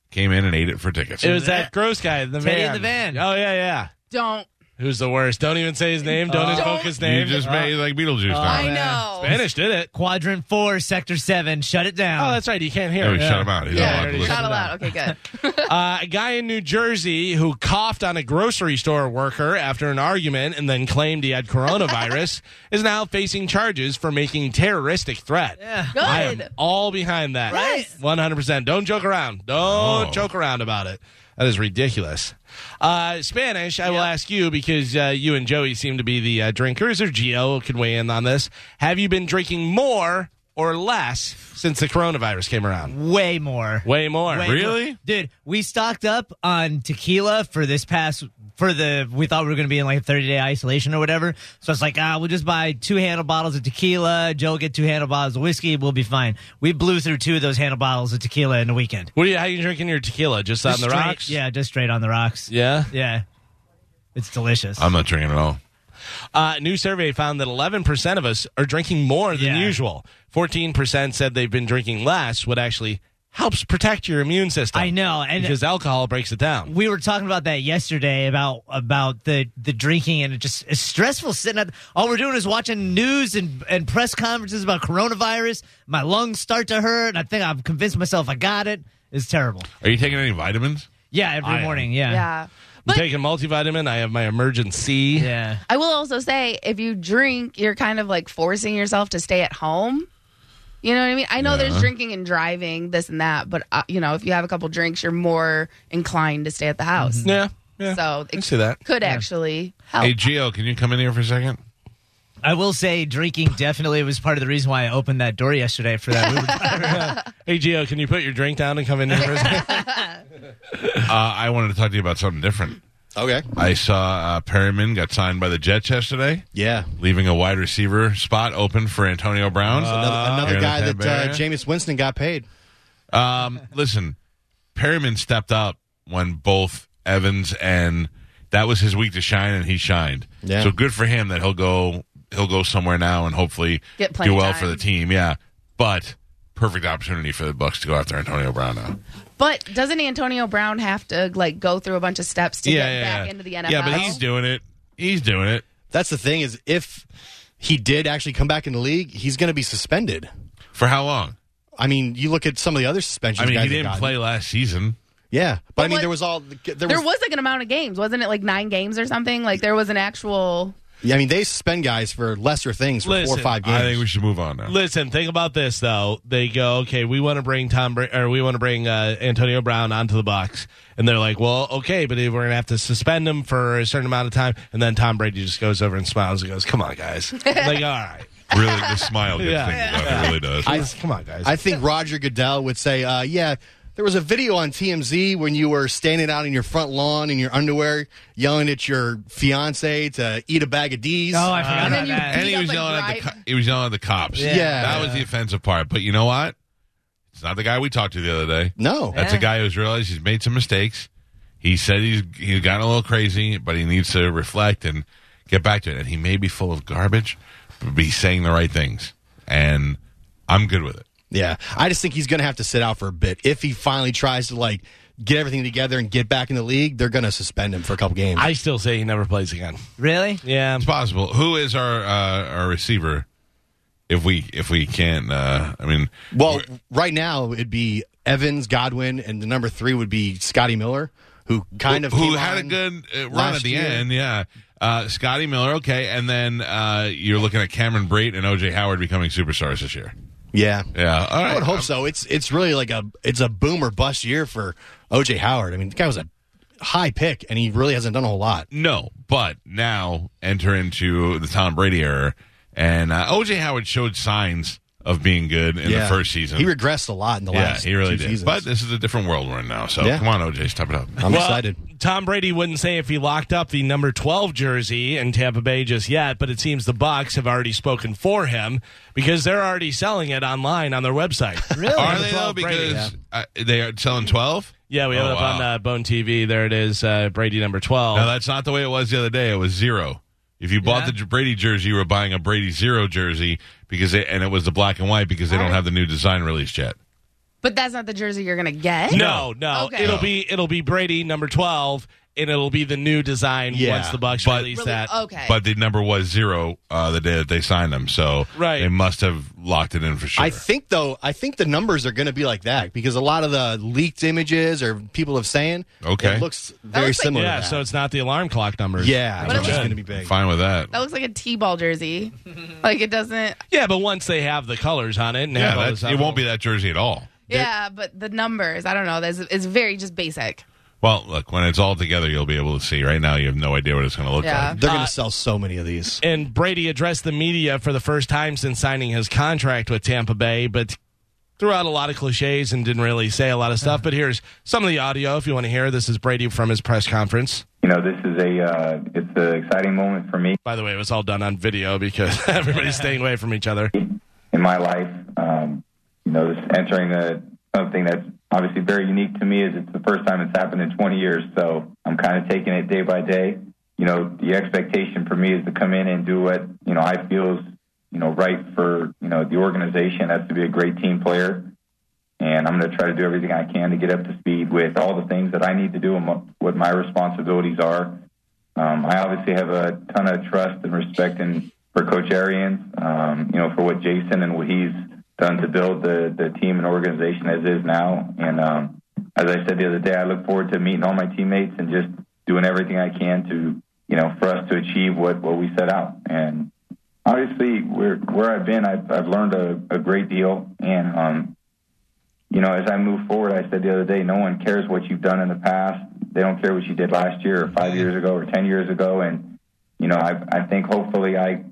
S2: came in and ate it for tickets.
S3: It was that gross guy in the
S6: Teddy
S3: van.
S6: in the van.
S3: Oh yeah, yeah.
S4: Don't.
S3: Who's the worst? Don't even say his
S6: Oh.
S3: name. Don't invoke his
S2: you
S3: name.
S2: just made like Beetlejuice.
S4: I
S2: now.
S4: know.
S3: Spanish did it.
S6: Quadrant four, sector seven. Shut it
S3: Oh,
S6: down.
S3: that's right. You can't hear.
S2: Yeah, we
S3: it.
S2: shut him out. He's
S3: Yeah,
S2: not allowed to
S3: already
S2: listen.
S4: Not allowed. Okay, good.
S3: *laughs* Uh, a guy in New Jersey who coughed on a grocery store worker after an argument and then claimed he had coronavirus is now facing charges for making terroristic threat. Yeah.
S4: Good.
S3: I am all behind that.
S4: Right.
S3: One hundred percent. Don't joke around. Don't joke around about it. That is ridiculous. Uh, Spanish, I will ask you because uh, you and Joey seem to be the uh, drinkers, or Gio could weigh in on this. Have you been drinking more or less since the coronavirus came around?
S6: way more.
S3: Way more.
S6: Way more. Dude, we stocked up on tequila for this past for the we thought we were going to be in like a 30 day isolation or whatever. So it's like, ah, we'll just buy two handle bottles of tequila. Joe will get two handle bottles of whiskey. We'll be fine. We blew through two of those handle bottles of tequila in a weekend.
S3: What are you? How you drinking your tequila? Just on
S6: Just
S3: the
S6: straight-
S3: rocks?
S6: Yeah, just straight on the rocks.
S3: Yeah.
S6: Yeah. It's delicious.
S2: I'm not drinking at all.
S3: Uh, new survey found that 11% of us are drinking more than
S6: Yeah.
S3: usual. 14% said they've been drinking less, what actually helps protect your immune system.
S6: I know, and-
S3: because alcohol breaks it down.
S6: we were talking about that yesterday about about the the drinking and it just it's stressful sitting at all we're doing is watching news and and press conferences about coronavirus my lungs start to hurt and i think i've convinced myself i got it it's terrible
S2: Are you taking any vitamins?
S6: yeah every
S3: I am.
S6: morning yeah
S4: Yeah.
S3: I'm taking multivitamin. I have my emergency.
S6: yeah
S4: I will also say if you drink, you're kind of like forcing yourself to stay at home. You know what I mean? I know there's drinking and driving, this and that, but uh, you know, if you have a couple drinks, you're more inclined to stay at the house.
S2: Mm-hmm.
S3: Yeah. Yeah.
S4: So
S3: I
S4: it
S3: see that.
S4: could actually help.
S2: Hey, Gio, can you come in here for a second?
S6: I will say drinking definitely was part of the reason why I opened that door yesterday for that. We were-
S3: *laughs* Hey, Gio, can you put your drink down and come in here for
S4: *laughs*
S3: a second?
S2: Uh, I wanted to talk to you about something different.
S5: Okay.
S2: I saw uh, Perryman got signed by the Jets yesterday,
S5: Yeah.
S2: leaving a wide receiver spot open for Antonio Brown.
S5: Oh, Another,
S2: Here
S5: another
S2: in the
S5: guy
S2: Tampa
S5: that uh,
S2: area.
S5: Jameis Winston got paid.
S2: Um, listen, Perryman stepped up when both Evans and that was his week to shine, and he shined.
S5: Yeah.
S2: So good for him that he'll go he'll go somewhere now and hopefully
S4: Get playing
S2: do well
S4: time.
S2: for the team. Yeah, but perfect opportunity for the Bucks to go after Antonio Brown now.
S4: But doesn't Antonio Brown have to like go through a bunch of steps to get back into the NFL?
S2: Yeah, but he's doing it. He's doing it
S5: That's the thing is if he did actually come back in the league, he's going to be suspended.
S2: for how long?
S5: I mean, you look at some of the other suspensions.
S2: I mean,
S5: guys
S2: he
S5: have
S2: didn't
S5: gotten.
S2: play last season.
S5: Yeah, but, I mean,
S4: what-
S5: there was all there
S4: there
S5: was,
S4: was like an amount of games, wasn't it? Like nine games or something. Like there was an actual.
S5: Yeah, I mean, they suspend guys for lesser things for four
S3: Listen,
S5: or five games.
S2: I think we should move on now.
S3: Listen, think about this though. They go, okay, we want to bring Tom Bra- or we want to bring uh, Antonio Brown onto the box, and they're like, well, okay, but we're gonna have to suspend him for a certain amount of time, and then Tom Brady just goes over and smiles and goes, "Come
S4: *laughs*
S3: on, guys," like, all right,
S2: Really, the smile gets
S3: Yeah.
S2: things up. It really does.
S5: I-
S3: come on, guys.
S5: I think Roger Goodell would say, uh, "Yeah, there was a video on TMZ when you were standing out in your front lawn in your underwear, yelling at your fiance to eat a bag of D's."
S6: oh,
S3: Uh,
S6: I forgot
S4: And then
S6: about
S4: you
S6: that.
S2: and he
S4: beat
S2: was
S4: up a
S2: yelling at the
S4: drive-
S2: co- he was yelling at the cops.
S5: Yeah. Yeah.
S2: that was the offensive part. But you know what? It's not the guy we talked to the other day.
S5: no,
S2: That's a guy who's realized he's made some mistakes. He said he's he's gotten a little crazy, but he needs to reflect and get back to it. And he may be full of garbage, but he's saying the right things. And I'm good with it.
S5: yeah. I just think he's going to have to sit out for a bit if he finally tries to like get everything together and get back in the league. They're going to suspend him for a couple games.
S3: I still say he never plays again.
S6: Really?
S3: Yeah,
S2: It's possible. Who is our uh, our receiver? If we if we can't, uh, I mean,
S5: well, right now it'd be Evans, Godwin, and the number three would be Scotty Miller, who kind of
S2: who
S5: came
S2: had a
S5: on-
S2: good uh, run at
S5: last
S2: the
S5: year.
S2: end. Yeah, uh, Scotty Miller, okay, and then uh, you're looking at Cameron Brate and OJ Howard becoming superstars this year.
S5: Yeah.
S2: Yeah, all right.
S5: I would hope
S2: Um,
S5: so. It's it's really like a it's a boom or bust year for OJ Howard. I mean, the guy was a high pick, and he really hasn't done a whole lot.
S2: No, but now enter into the Tom Brady era, and uh, OJ Howard showed signs of being good in the first season.
S5: he regressed a lot in the
S2: yeah,
S5: last.
S2: he really
S5: two
S2: did.
S5: Seasons.
S2: But this is a different world we're in now. So
S5: Yeah.
S2: come on, OJ, step it up.
S5: I'm
S3: Well,
S5: excited.
S3: Tom Brady wouldn't say if he locked up the number 12 jersey in Tampa Bay just yet, but it seems the Bucks have already spoken for him because they're already selling it online on their website.
S6: Really?
S2: Are
S3: the
S2: they
S3: 12
S2: though?
S3: Brady,
S2: Because uh, they are selling twelve.
S3: Yeah, we have
S2: Oh,
S3: it up on
S2: wow.
S3: uh, Bone TV. There it is, uh, Brady number 12.
S2: No, that's not the way it was the other day. It was zero. If you bought
S6: Yeah.
S2: the J- Brady jersey, you were buying a Brady zero jersey because they, and it was the black and white because they don't have the new design released yet.
S4: But that's not the jersey you're gonna get.
S3: no, no.
S4: Okay.
S3: It'll
S4: No.
S3: be it'll be Brady number 12 and it'll be the new design
S5: Yeah.
S3: once the Bucks
S2: But-
S3: release
S4: Really?
S3: that.
S4: Okay.
S2: But the number was zero uh, the day that they signed them, so
S3: Right.
S2: they must have locked it in for sure.
S5: I think though, I think the numbers are going to be like that because a lot of the leaked images or people have saying
S2: Okay.
S5: it looks very
S4: looks like-
S5: similar. to
S3: Yeah,
S5: that.
S3: so it's not the alarm clock numbers.
S5: yeah,
S4: But it
S5: which is
S4: looks-
S5: going to be big.
S2: Fine with that.
S4: That looks like a T-ball jersey. like it doesn't.
S3: Yeah, but once they have the colors on it and
S2: yeah,
S3: have all
S2: that-
S3: this
S2: it won't be that jersey at all.
S4: Yeah, but the numbers. I don't know. That's it's very just basic.
S2: Well, look, when it's all together, you'll be able to see. Right now, you have no idea what it's going to look
S4: Yeah.
S2: like.
S5: They're going to sell so many of these.
S3: and Brady addressed the media for the first time since signing his contract with Tampa Bay, but threw out a lot of cliches and didn't really say a lot of stuff. But here's some of the audio if you want to hear. This is Brady from his press conference.
S9: you know, this is a uh, it's an exciting moment for me
S3: By the way, it was all done on video because *laughs* everybody's staying away from each other.
S9: in my life. Um, you know, this entering a, something that's obviously very unique to me is it's the first time it's happened in 20 years. So I'm kind of taking it day by day. You know, the expectation for me is to come in and do what you know I feel is you know right for you know the organization. That's to be a great team player, and I'm going to try to do everything I can to get up to speed with all the things that I need to do and what- what my responsibilities are. Um, I obviously have a ton of trust and respect in, for Coach Arians, um, you know, for what Jason and what he's done to build the, the team and organization as is now. And um, as I said the other day, I look forward to meeting all my teammates and just doing everything I can to, you know, for us to achieve what, what we set out. And obviously where where I've been, I've I've learned a, a great deal, and um, you know, as I move forward, I said the other day, no one cares what you've done in the past. They don't care what you did last year, or five years ago, or ten years ago, and you know, I I think hopefully I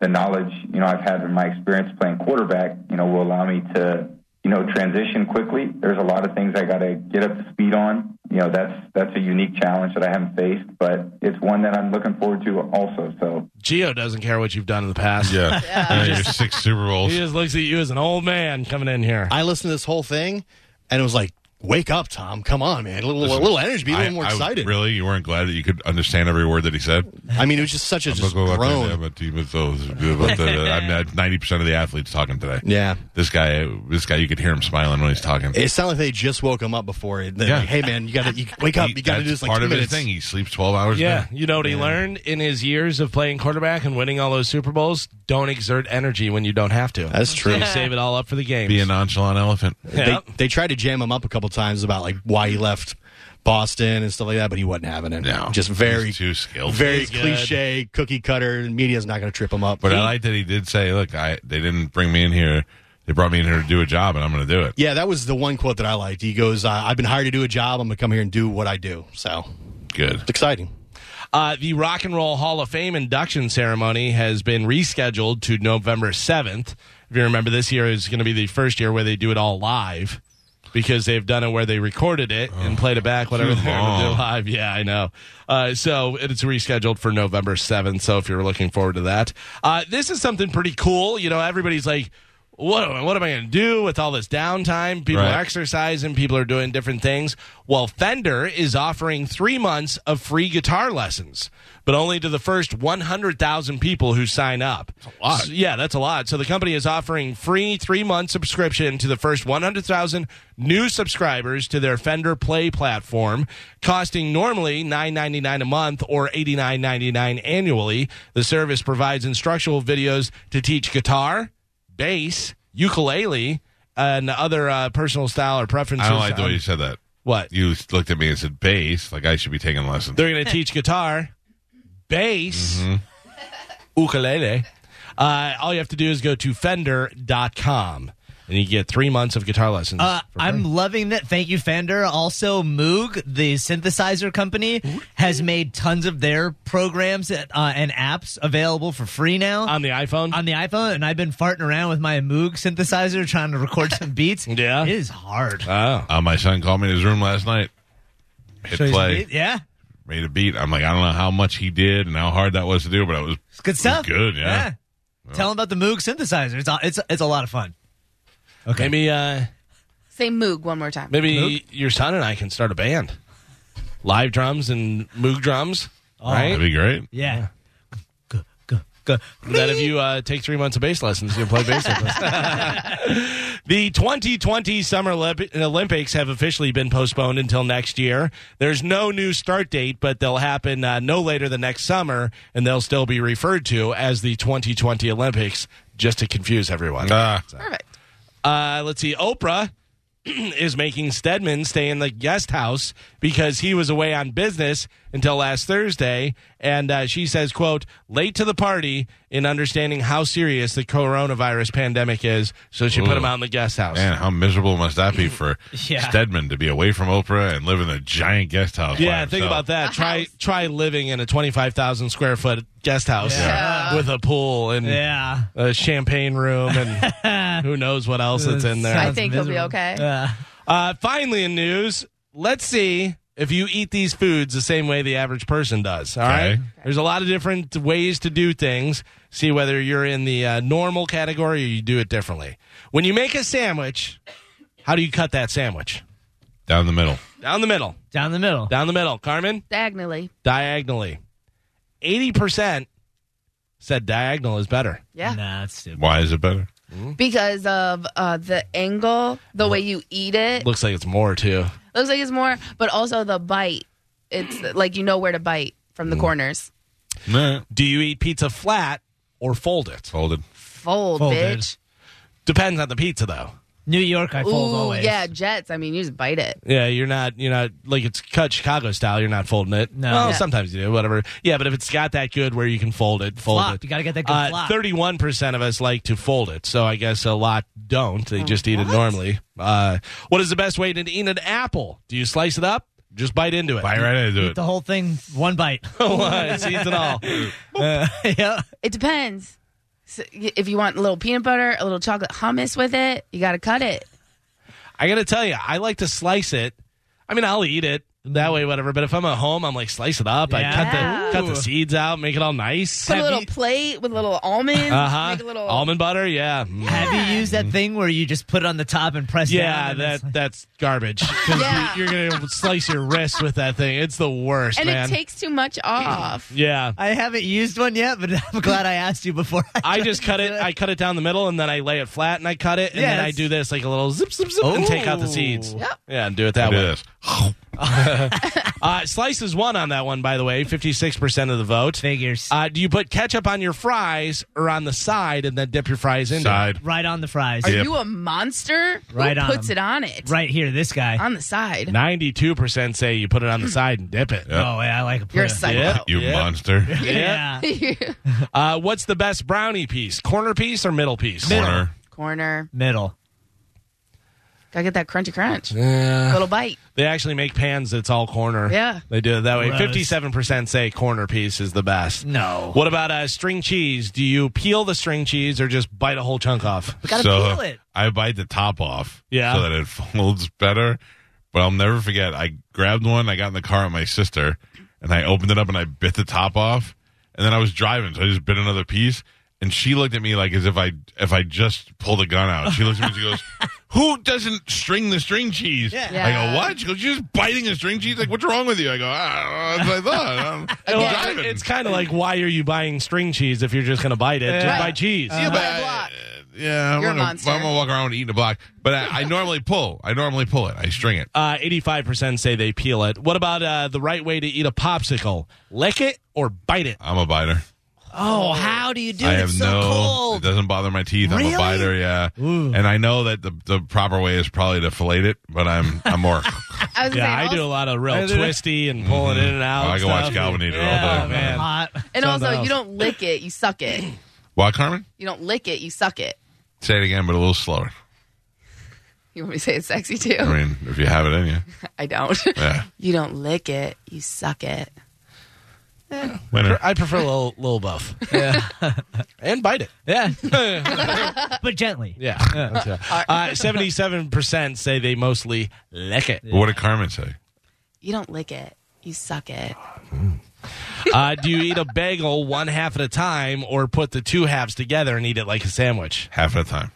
S9: the knowledge you know I've had in my experience playing quarterback, you know, will allow me to you know transition quickly. There's a lot of things I got to get up to speed on. You know, that's that's a unique challenge that I haven't faced, but it's one that I'm looking forward to also. So
S3: Geo doesn't care what you've done in the past.
S2: Yeah.
S3: Yeah.
S2: Your six Super Bowls.
S5: *laughs*
S3: He just looks at you as an old man coming in here.
S5: I listened to this whole thing, and it was like, wake up, Tom. Come on, man. A little, a little energy. Be a little more excited.
S2: really? You weren't glad that you could understand every word that he said?
S5: I mean, it was just such a just
S2: I'm
S5: groan.
S2: a team of those. About the- I'm not- 90% of the athletes talking today.
S5: Yeah.
S2: This guy, this guy, you could hear him smiling when he's talking.
S5: It sounded like they just woke him up before it. They're
S2: Yeah.
S5: like, hey, man, you got to you, wake up.
S2: He-
S5: You got to
S2: that's
S5: do this like
S2: part
S5: two
S2: of
S5: minutes.
S2: his thing. He sleeps 12 hours a
S3: Yeah,
S2: day.
S3: you know what he learned in his years of playing quarterback and winning all those Super Bowls? Don't exert energy when you don't have to.
S5: That's true.
S3: You save it all up for the game.
S2: Be a nonchalant elephant.
S5: They,
S3: Yeah.
S5: they tried to jam him up a couple times about like why he left Boston and stuff like that, but he wasn't having it.
S2: No.
S5: just very
S2: He's too skilled.
S5: very
S3: good.
S5: cliche cookie cutter. and Media's not going to trip him up.
S2: But
S5: He-
S2: I like that he did say, "Look, I they didn't bring me in here. They brought me in here to do a job, and I'm going to do it."
S5: yeah, that was the one quote that I liked. He goes, uh, "I've been hired to do a job. I'm going to come here and do what I do." So
S2: Good.
S5: it's exciting.
S3: Uh, the Rock and Roll Hall of Fame induction ceremony has been rescheduled to November 7th. If you remember, this year is going to be the first year where they do it all live because they've done it where they recorded it and played it back, whatever
S2: Oh. too
S3: they're going to do
S2: long.
S3: live. Yeah, I know. Uh, so it's rescheduled for November 7th. So if you're looking forward to that, uh, this is something pretty cool. You know, everybody's like, what, what am I going to do with all this downtime? People
S2: Right.
S3: are exercising, people are doing different things. Well, Fender is offering three months of free guitar lessons, but only to the first 100,000 people who sign up. a lot. yeah, that's a lot. So the company is offering free three month subscription to the first 100,000 new subscribers to their Fender Play platform, costing normally $9.99 a month or $89.99 annually. The service provides instructional videos to teach guitar bass, ukulele, and other uh, personal style or preferences.
S2: I don't like the way
S3: on-
S2: you said that.
S3: What?
S2: You looked at me and said, "Bass," like I should be taking lessons.
S3: They're going to teach guitar, bass, ukulele. Uh, all you have to do is go to fender.com and you get three months of guitar lessons.
S6: Uh, I'm loving that. Thank you, Fender. Also, Moog, the synthesizer company, has made tons of their programs uh, and apps available for free now.
S3: on the iPhone?
S6: on the iPhone, and I've been farting around with my Moog synthesizer trying to
S3: *laughs*
S6: record some beats.
S3: Yeah.
S6: it is hard.
S3: oh.
S2: Uh, my son called me in his room last night. Hit
S6: Show you some
S2: play,
S6: beats? yeah,
S2: made a beat. I'm like, I don't know how much he did and how hard that was to do, but it was.
S6: it's good stuff.
S2: good, yeah.
S6: Tell them about the Moog synthesizer. It's a, it's a- it's a lot of fun. Okay.
S3: Maybe, uh,
S4: Say Moog one more time.
S3: maybe your son and I can start a band. Live drums and Moog drums,
S6: Oh.
S3: right?
S2: That'd be great.
S6: Yeah. Go, go, go, go.
S3: That if you uh, take three months of bass lessons, you'll play bass with us.
S6: *laughs*
S3: the 2020 Summer Olymp- Olympics have officially been postponed until next year. There's no new start date, but they'll happen uh, no later than next summer, and they'll still be referred to as the 2020 Olympics, just to confuse everyone.
S2: Ah,
S4: Perfect.
S3: Uh, let's see. Oprah *clears throat* is making Stedman stay in the guest house because he was away on business until last Thursday, and uh, she says, "quote Late to the party in understanding how serious the coronavirus pandemic is, so she put
S2: Ooh.
S3: him out in the guest house."
S2: man, how miserable must that be
S3: *laughs*
S2: for
S6: Yeah.
S2: Stedman to be away from Oprah and live in a giant guest house? by
S3: Yeah, think
S2: himself?
S3: about that. Try try living in a twenty five thousand square foot guest house
S4: Yeah.
S3: with a pool and
S6: Yeah.
S3: a champagne room and who knows what else that's in there.
S4: I think he'll be okay.
S6: Yeah.
S3: Uh, finally, in news, let's see if you eat these foods the same way the average person does. All right,
S2: Okay.
S3: There's a lot of different ways to do things. See whether you're in the uh, normal category or you do it differently. When you make a sandwich, how do you cut that sandwich?
S2: Down the middle.
S3: Down the middle.
S6: Down the middle.
S3: Down the middle. Carmen,
S4: Diagonally.
S3: diagonally. 80% said diagonal is better.
S4: Yeah.
S6: Nah, that's stupid.
S2: Why is it better?
S4: Because of uh, the angle, the way you eat it.
S3: Looks like it's more, too.
S4: Looks like it's more, but also the bite. It's like you know where to bite from
S3: Mm.
S4: the corners.
S2: Nah,
S3: Do you eat pizza flat or fold it?
S2: folded.
S4: Fold,
S6: Folded.
S4: bitch.
S3: Depends on the pizza, though.
S6: New York, I fold
S4: Ooh,
S6: always.
S4: yeah, Jets. I mean, you just bite it.
S3: Yeah, you're not, you're not like it's cut Chicago style. You're not folding it.
S6: No.
S3: well,
S6: Yeah.
S3: sometimes you do, whatever. Yeah, but if it's got that good where you can fold it, fold
S6: Flop.
S3: it. Uh,
S6: You gotta get that good flop.
S3: Thirty-one percent of us like to fold it, so I guess a lot don't. They just eat it normally. Uh, what is the best way to eat an apple? Do you slice it up? Just bite into it.
S2: Bite right into it.
S6: The whole thing, one
S3: *laughs*
S6: bite.
S3: Seeds and all.
S6: *laughs* Uh, yeah.
S4: It depends. So, y- if you want a little peanut butter, a little chocolate hummus with it, you got to cut it.
S3: I gotta tell you, I like to slice it. I mean, I'll eat it that way, whatever. But if I'm at home, I'm like slice it up. I cut
S4: Yeah.
S3: the cut the seeds out, make it all nice.
S4: Put a little plate with little almonds.
S3: Uh huh.
S4: Make a little
S3: Almond butter, yeah. Mm.
S6: Have you used that thing where you just put it on the top and press
S3: Yeah,
S6: down? and it's
S3: that
S6: like-
S3: that's garbage. 'Cause
S4: Yeah.
S3: you, are gonna slice your wrist with that thing. It's the worst,
S4: and
S3: man.
S4: it takes too much off.
S3: yeah.
S6: I haven't used one yet, but I'm glad I asked you before.
S3: I just cut it. I cut it down the middle, and then I lay it flat, and I cut it, and
S6: Yeah,
S3: then I
S6: that's-
S3: do this like a little zip, zip, zip, and take out the seeds.
S4: Yep.
S3: Yeah, and do it that
S2: Do
S3: way.
S2: this.
S3: Uh, slices won on that one, by the way. Fifty-six percent of the vote.
S6: figures
S3: Uh, do you put ketchup on your fries or on the side and then dip your fries into? it?
S2: Side.
S6: right on the fries,
S4: Are
S2: Yep.
S4: you a monster?
S6: Right
S4: Who
S6: on
S4: puts
S6: 'em.
S4: it on it?
S6: right here. This guy.
S4: On the side. *laughs*
S3: 92% say you put it on the side and dip it.
S2: Yeah.
S6: Oh yeah, I like a
S4: You're a
S6: plate.
S4: psycho.
S2: You monster.
S6: *laughs* Yeah.
S4: Yeah.
S3: Uh, what's the best brownie piece? Corner piece or middle piece?
S2: Corner.
S4: Corner.
S6: middle.
S4: Gotta get that crunchy crunch. Little bite.
S3: They actually make pans that's all corner.
S4: Yeah.
S3: They do it that way.
S6: Gross.
S3: 57% say corner piece is the best.
S6: No.
S3: What about uh, string cheese? Do you peel the string cheese or just bite a whole chunk off?
S6: Gotta
S2: so
S6: peel it.
S2: I bite the top off
S3: Yeah.
S2: so that it *laughs* folds better. But I'll never forget, I grabbed one, I got in the car with my sister, and I opened it up and I bit the top off. And then I was driving, so I just bit another piece. And she looked at me like as if I if I just pulled a gun out. She looks at me and she goes, *laughs* Who doesn't string the string cheese?
S6: Yeah.
S2: I go, What? She goes, You're just biting the string cheese? Like, what's wrong with you? I go, "Ah," I don't know. That's what I
S3: *laughs*
S2: thought. I'm, I'm
S3: Well,
S2: driving.
S3: it's kind of like why are you buying string cheese if you're just going to bite it? Just
S4: Right.
S3: buy cheese.
S2: Yeah,
S4: Buy a block.
S2: I- Uh-huh. yeah, I'm
S4: You're a
S2: gonna,
S4: monster.
S2: I'm gonna walk around eating a block,
S6: *laughs*
S2: but I, I normally pull. I normally pull it. I string it.
S3: Uh, 85% say they peel it. What about uh, the right way to eat a popsicle? Lick it or bite it?
S2: I'm a biter.
S6: Oh, how do you do?
S2: I
S6: it?
S2: have
S6: It's so
S2: no. It
S6: cold.
S2: doesn't bother my teeth. I'm
S6: Really?
S2: a biter. Yeah, and I know that the the proper way is probably to fillet it, but I'm I'm
S6: *laughs*
S2: more.
S4: I was
S3: Yeah,
S4: gonna
S3: I
S4: say,
S3: do a
S4: also-
S3: lot of real twisty and pulling in and out.
S2: Mm-hmm. Oh, I
S3: and
S2: can watch
S3: stuff.
S2: Calvin eat it all
S3: Yeah,
S2: day.
S3: man.
S6: Hot.
S4: And also,
S3: Something else.
S4: you don't lick it, you
S6: *clears throat*
S4: suck it.
S2: Why, Carmen?
S4: You don't lick it, you suck it.
S2: Say it again, but a little slower.
S4: You want me to say it's sexy too?
S2: I mean, if you have it in you.
S4: I don't. *laughs*
S2: Yeah,
S4: You don't lick it, you suck it.
S2: winner.
S3: I prefer a little, little buff. Yeah. *laughs* and bite it. *laughs*
S6: Yeah. but gently.
S3: Yeah. that's right. uh, 77% say they mostly lick it.
S2: What did Carmen say?
S4: You don't lick it, you suck it.
S3: Uh, do you eat a bagel one half at a time or put the two halves together and eat it like a sandwich?
S2: Half at a time.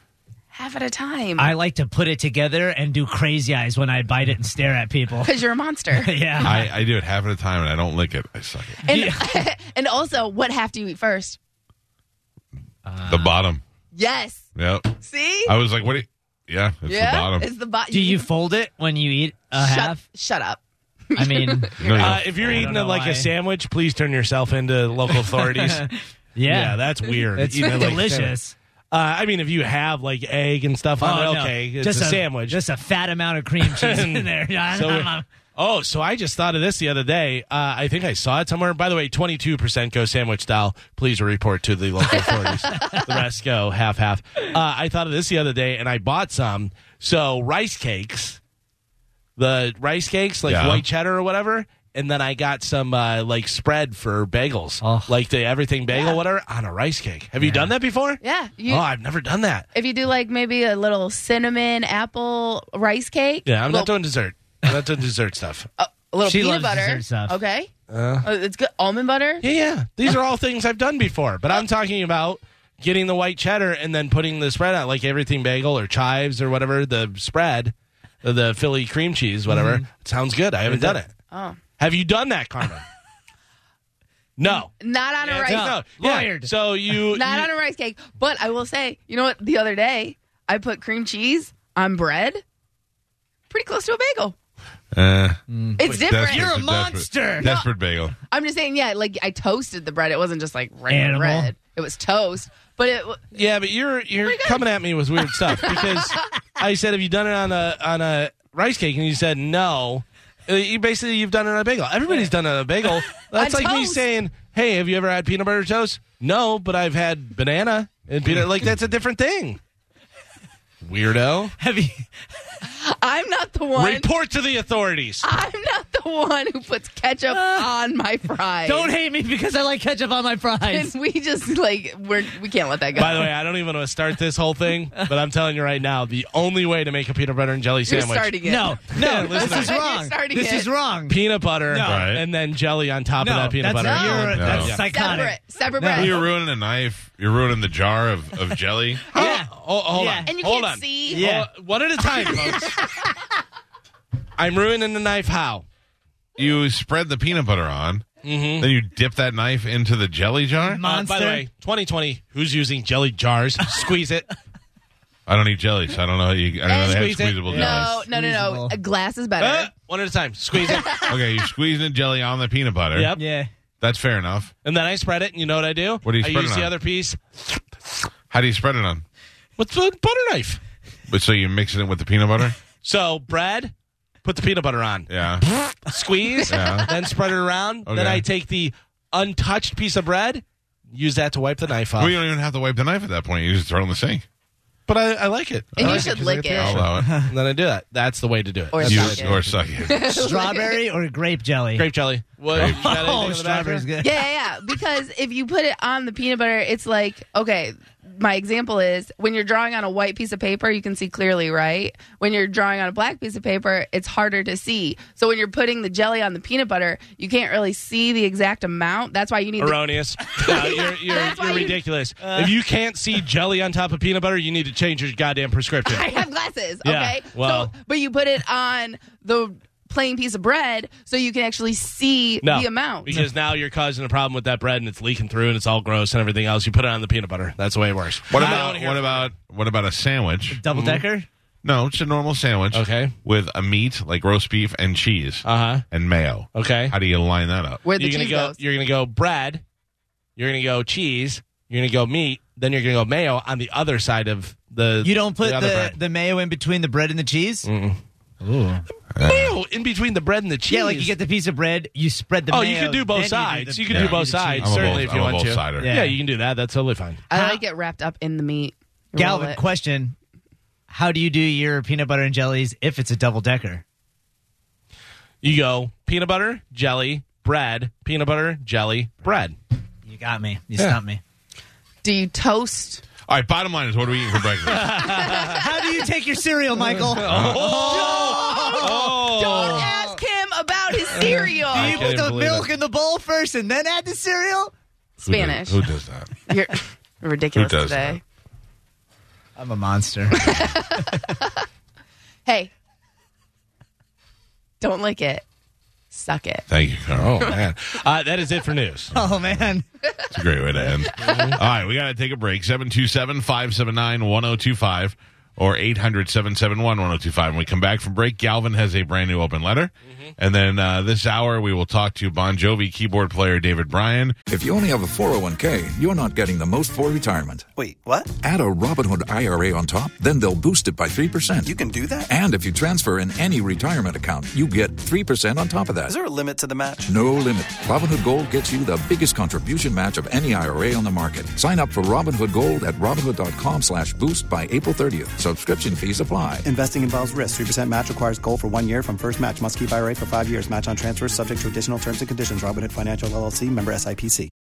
S4: Half at a time.
S6: I like to put it together and do crazy eyes when I bite it and stare at people.
S4: Because you're a monster.
S6: *laughs* yeah.
S2: I, I do it half at a time, and I don't lick it. I suck it.
S4: And, *laughs* and also, what half do you eat first?
S6: Uh.
S2: the bottom.
S4: Yes.
S2: Yep.
S4: See?
S2: I was like, what? do you- yeah, it's
S4: yeah.
S2: the bottom.
S4: It's the bottom.
S6: do you fold it when you eat a
S4: shut,
S6: half?
S4: shut up.
S6: I mean,
S2: No, you
S3: Uh,
S2: don't.
S3: if you're
S6: I don't
S3: eating it
S6: know
S3: like
S6: why.
S3: a sandwich, please turn yourself into local authorities.
S6: *laughs*
S3: yeah.
S6: yeah,
S3: that's weird.
S6: it's
S3: Eating it like a sandwich.
S6: delicious. Oh,
S3: Uh, I mean, if you have like egg and stuff on it,
S6: no.
S3: okay, it's a, sandwich.
S6: Just a fat amount of cream cheese
S3: *laughs*
S6: in there. *laughs* Yeah,
S3: So- oh, so I just thought of this the other day. Uh, I think I saw it somewhere. By the way, twenty two percent go sandwich style. Please report to the
S6: *laughs*
S3: local authorities. the rest go half half. Uh, I thought of this the other day, and I bought some. So rice cakes, the rice cakes like
S2: Yeah.
S3: white cheddar or whatever. And then I got some uh, like spread for bagels,
S6: Oh.
S3: like the everything bagel, whatever, on a rice cake. Have you done that before?
S4: Yeah. You,
S3: oh, I've never done that.
S4: if you do like maybe a little cinnamon apple rice cake.
S3: Yeah, I'm
S4: little, uh,
S3: not doing dessert. I'm not doing
S4: *laughs*
S3: dessert stuff.
S4: a little
S6: She loves
S4: peanut butter.
S6: dessert stuff.
S4: Okay. Oh, it's good. Almond butter.
S3: Yeah, yeah. These are all things I've done before, but I'm talking about getting the white cheddar and then putting the spread out, like everything bagel or chives or whatever, the spread, the Philly cream cheese, whatever. It sounds good. I haven't done it.
S4: Oh.
S3: Have you done that, Carmen?
S4: *laughs*
S3: no.
S4: Not on a rice
S3: No. Yeah.
S6: Lawyered.
S3: So you.
S4: Not
S3: you-
S4: on a rice cake. But I will say, you know what? The other day, I put cream cheese on bread. Pretty close to a bagel.
S2: Uh,
S4: It's different.
S2: desperate- desperate-
S6: monster.
S2: Desperate bagel.
S4: I'm just saying, yeah, like I toasted the bread. It wasn't just like regular
S6: Animal.
S4: bread. It was toast. But it,
S3: Yeah, but you're you're coming at me with weird stuff because I said, "Have you done it on a on a rice cake?" And you said, "No." Uh, You basically you've done it on a bagel. Everybody's done it on a bagel. That's
S4: On
S3: like me
S4: toast.
S3: saying, "Hey, have you ever had peanut butter toast?" No, but I've had banana
S6: *laughs*
S3: and peanut. Like that's a different thing. Weirdo.
S6: Have you?
S4: I'm not the one.
S3: Report to the authorities.
S4: I'm not the one who puts ketchup on my fries.
S6: Uh, Don't hate me because I like ketchup on my
S4: And
S6: fries.
S4: we just like we're we can't let that go.
S3: By the way, I don't even want to start this whole thing, but I'm telling you right now, the only way to make a peanut butter and jelly
S4: you're
S3: sandwich
S4: starting it. *laughs*
S6: No,
S3: Yeah,
S6: no,
S3: listen
S6: this
S3: to
S6: is
S3: me.
S6: wrong.
S4: You're starting
S6: This
S4: it.
S6: is wrong.
S3: peanut butter
S2: Right.
S3: and then jelly on top of
S6: No,
S3: that peanut
S6: that's
S3: butter.
S6: you're-
S2: No.
S6: that's
S2: Yeah.
S6: psychotic.
S4: separate, separate
S6: No.
S4: bread.
S2: You're ruining a knife. You're ruining the jar of, of jelly.
S6: Yeah.
S3: Oh, hold
S6: Yeah.
S3: on.
S4: and you
S3: hold
S4: can't
S3: on.
S4: see.
S6: Yeah.
S3: Hold- one at a
S2: *laughs*
S3: time, folks. I'm ruining the knife how? Uh,
S2: You spread the peanut butter on, then you dip that knife into the jelly jar.
S3: Uh, by the
S6: Monster.
S3: way, 2020, who's using jelly jars?
S2: *laughs*
S3: Squeeze it.
S2: I don't eat jelly, so I don't know how you. I don't know
S4: And
S2: they have
S3: squeeze it.
S2: squeezable
S4: No, no, no, no.
S6: Reasonable.
S4: A glass is better.
S3: Uh, one at a time. Squeeze
S2: *laughs*
S3: it.
S2: jelly. Okay, you're squeezing the jelly on the peanut butter.
S3: Yep.
S6: Yeah.
S2: That's fair enough.
S3: And then I spread it, and you know what I do?
S2: What do you
S3: I
S2: spread
S3: use
S2: it
S3: the
S2: on?
S3: other piece
S2: How do you spread it on?
S3: with the butter knife.
S2: But so you're mixing it with the peanut butter?
S3: So, bread, put the peanut butter on.
S2: Yeah. *laughs*
S3: Squeeze,
S2: Yeah.
S3: then spread it around. Then
S2: Okay.
S3: I take the untouched piece of bread, use that to wipe the knife off.
S2: well, you don't even have to wipe the knife at that point. You just throw it in the sink.
S3: but I, I like it.
S4: and
S3: I
S4: you
S3: like
S4: should
S3: 'cause I
S4: lick
S3: get the
S4: it.
S2: I'll allow
S3: *laughs*
S2: it.
S3: And then I do that. That's the way to do it.
S4: Or
S3: That's
S4: suck
S3: how I
S4: it.
S3: do
S2: You, or suck it.
S6: Strawberry or grape jelly?
S3: Grape jelly. What? you got anything in
S6: Oh,
S3: the
S6: strawberry's
S3: background?
S6: good.
S4: Yeah, yeah, yeah. Because if you put it on the peanut butter, it's like, okay, my example is when you're drawing on a white piece of paper, you can see clearly, right? When you're drawing on a black piece of paper, it's harder to see. So when you're putting the jelly on the peanut butter, you can't really see the exact amount. That's why you need the
S3: Erroneous. No, you're you're,
S4: That's why
S3: you're
S4: you-
S3: ridiculous. if you can't see jelly on top of peanut butter, you need to change your goddamn
S4: *laughs*
S3: prescription.
S4: I have glasses,
S3: Yeah,
S4: okay?
S3: well-
S4: so, but you put it on the plain piece of bread so you can actually see
S3: No,
S4: the amount.
S3: because now you're causing a problem with that bread, and it's leaking through, and it's all gross and everything else. You put it on the peanut butter. That's the way it works.
S2: What
S3: I don't wanna
S2: about
S3: hear
S2: what
S3: it.
S2: about what about a sandwich?
S6: Double decker.
S2: No, it's a normal sandwich.
S3: Okay.
S2: With a meat like roast beef and cheese
S3: Uh-huh.
S2: and mayo.
S3: Okay.
S2: How do you line that up?
S4: Where the
S3: you're gonna
S4: cheese
S3: go.
S4: goes.
S3: You're gonna go bread. You're gonna go cheese. You're gonna go meat. Then you're gonna go mayo on the other side of the.
S6: You don't put
S3: the,
S6: the,
S3: other
S6: the,
S3: bread.
S6: mayo in between the bread and the cheese.
S3: mayo in between the bread and the cheese.
S6: Yeah, like you get the piece of bread, you spread the
S3: oh,
S6: mayo.
S3: you can do both
S6: then
S3: sides.
S6: the-
S3: You, can
S2: Yeah.
S3: do both sides
S2: I'm a
S3: certainly
S2: both-
S3: if you
S2: I'm a
S3: want to.
S2: both sider.
S3: Yeah.
S6: Yeah.
S3: you can do that. That's totally fine.
S4: I like it wrapped up in the meat. Roll
S6: Galvin,
S4: it.
S6: question: How do you do your peanut butter and jellies if it's a double decker?
S3: You go peanut butter, jelly, bread, peanut butter, jelly, bread.
S6: You got me. You stumped me.
S4: Do you toast
S2: All right, bottom line is what are we eating for breakfast?
S6: How do you take your cereal,
S3: *laughs*
S6: Michael?
S3: Oh.
S6: Oh.
S4: Don't ask him about his cereal.
S6: do you
S3: can't
S6: put the
S3: believe
S6: milk in the bowl first and then add the cereal?
S4: Spanish.
S2: Who does that?
S4: You're ridiculous
S2: Who does
S4: today.
S6: I'm a monster.
S4: Hey, don't lick it. Suck it.
S2: Thank you, Carl. Oh, man.
S3: Uh, that is it for news.
S6: *laughs* oh man.
S2: It's a great way to *laughs* end. All right, we got to take a break. 727 579 1025 or 800 771 1025. When we come back from break, Galvin has a brand new open letter. And then uh, this hour, we will talk to Bon Jovi keyboard player David Bryan.
S10: If you only have a 401k, you're not getting the most for retirement.
S11: Wait, what?
S10: Add a Robinhood IRA on top, then they'll boost it by 3%.
S11: You can do that?
S10: and if you transfer in any retirement account, you get 3% on top of that.
S11: Is there a limit to the match?
S10: No limit. Robinhood Gold gets you the biggest contribution match of any IRA on the market. Sign up for Robinhood Gold at Robinhood.com slash boost by April 30th. Subscription fees apply.
S11: Investing involves risk. 3% match requires gold for one year from first match. Must keep IRA for five years. Match on transfers subject to additional terms and conditions. Robinhood Financial LLC member SIPC.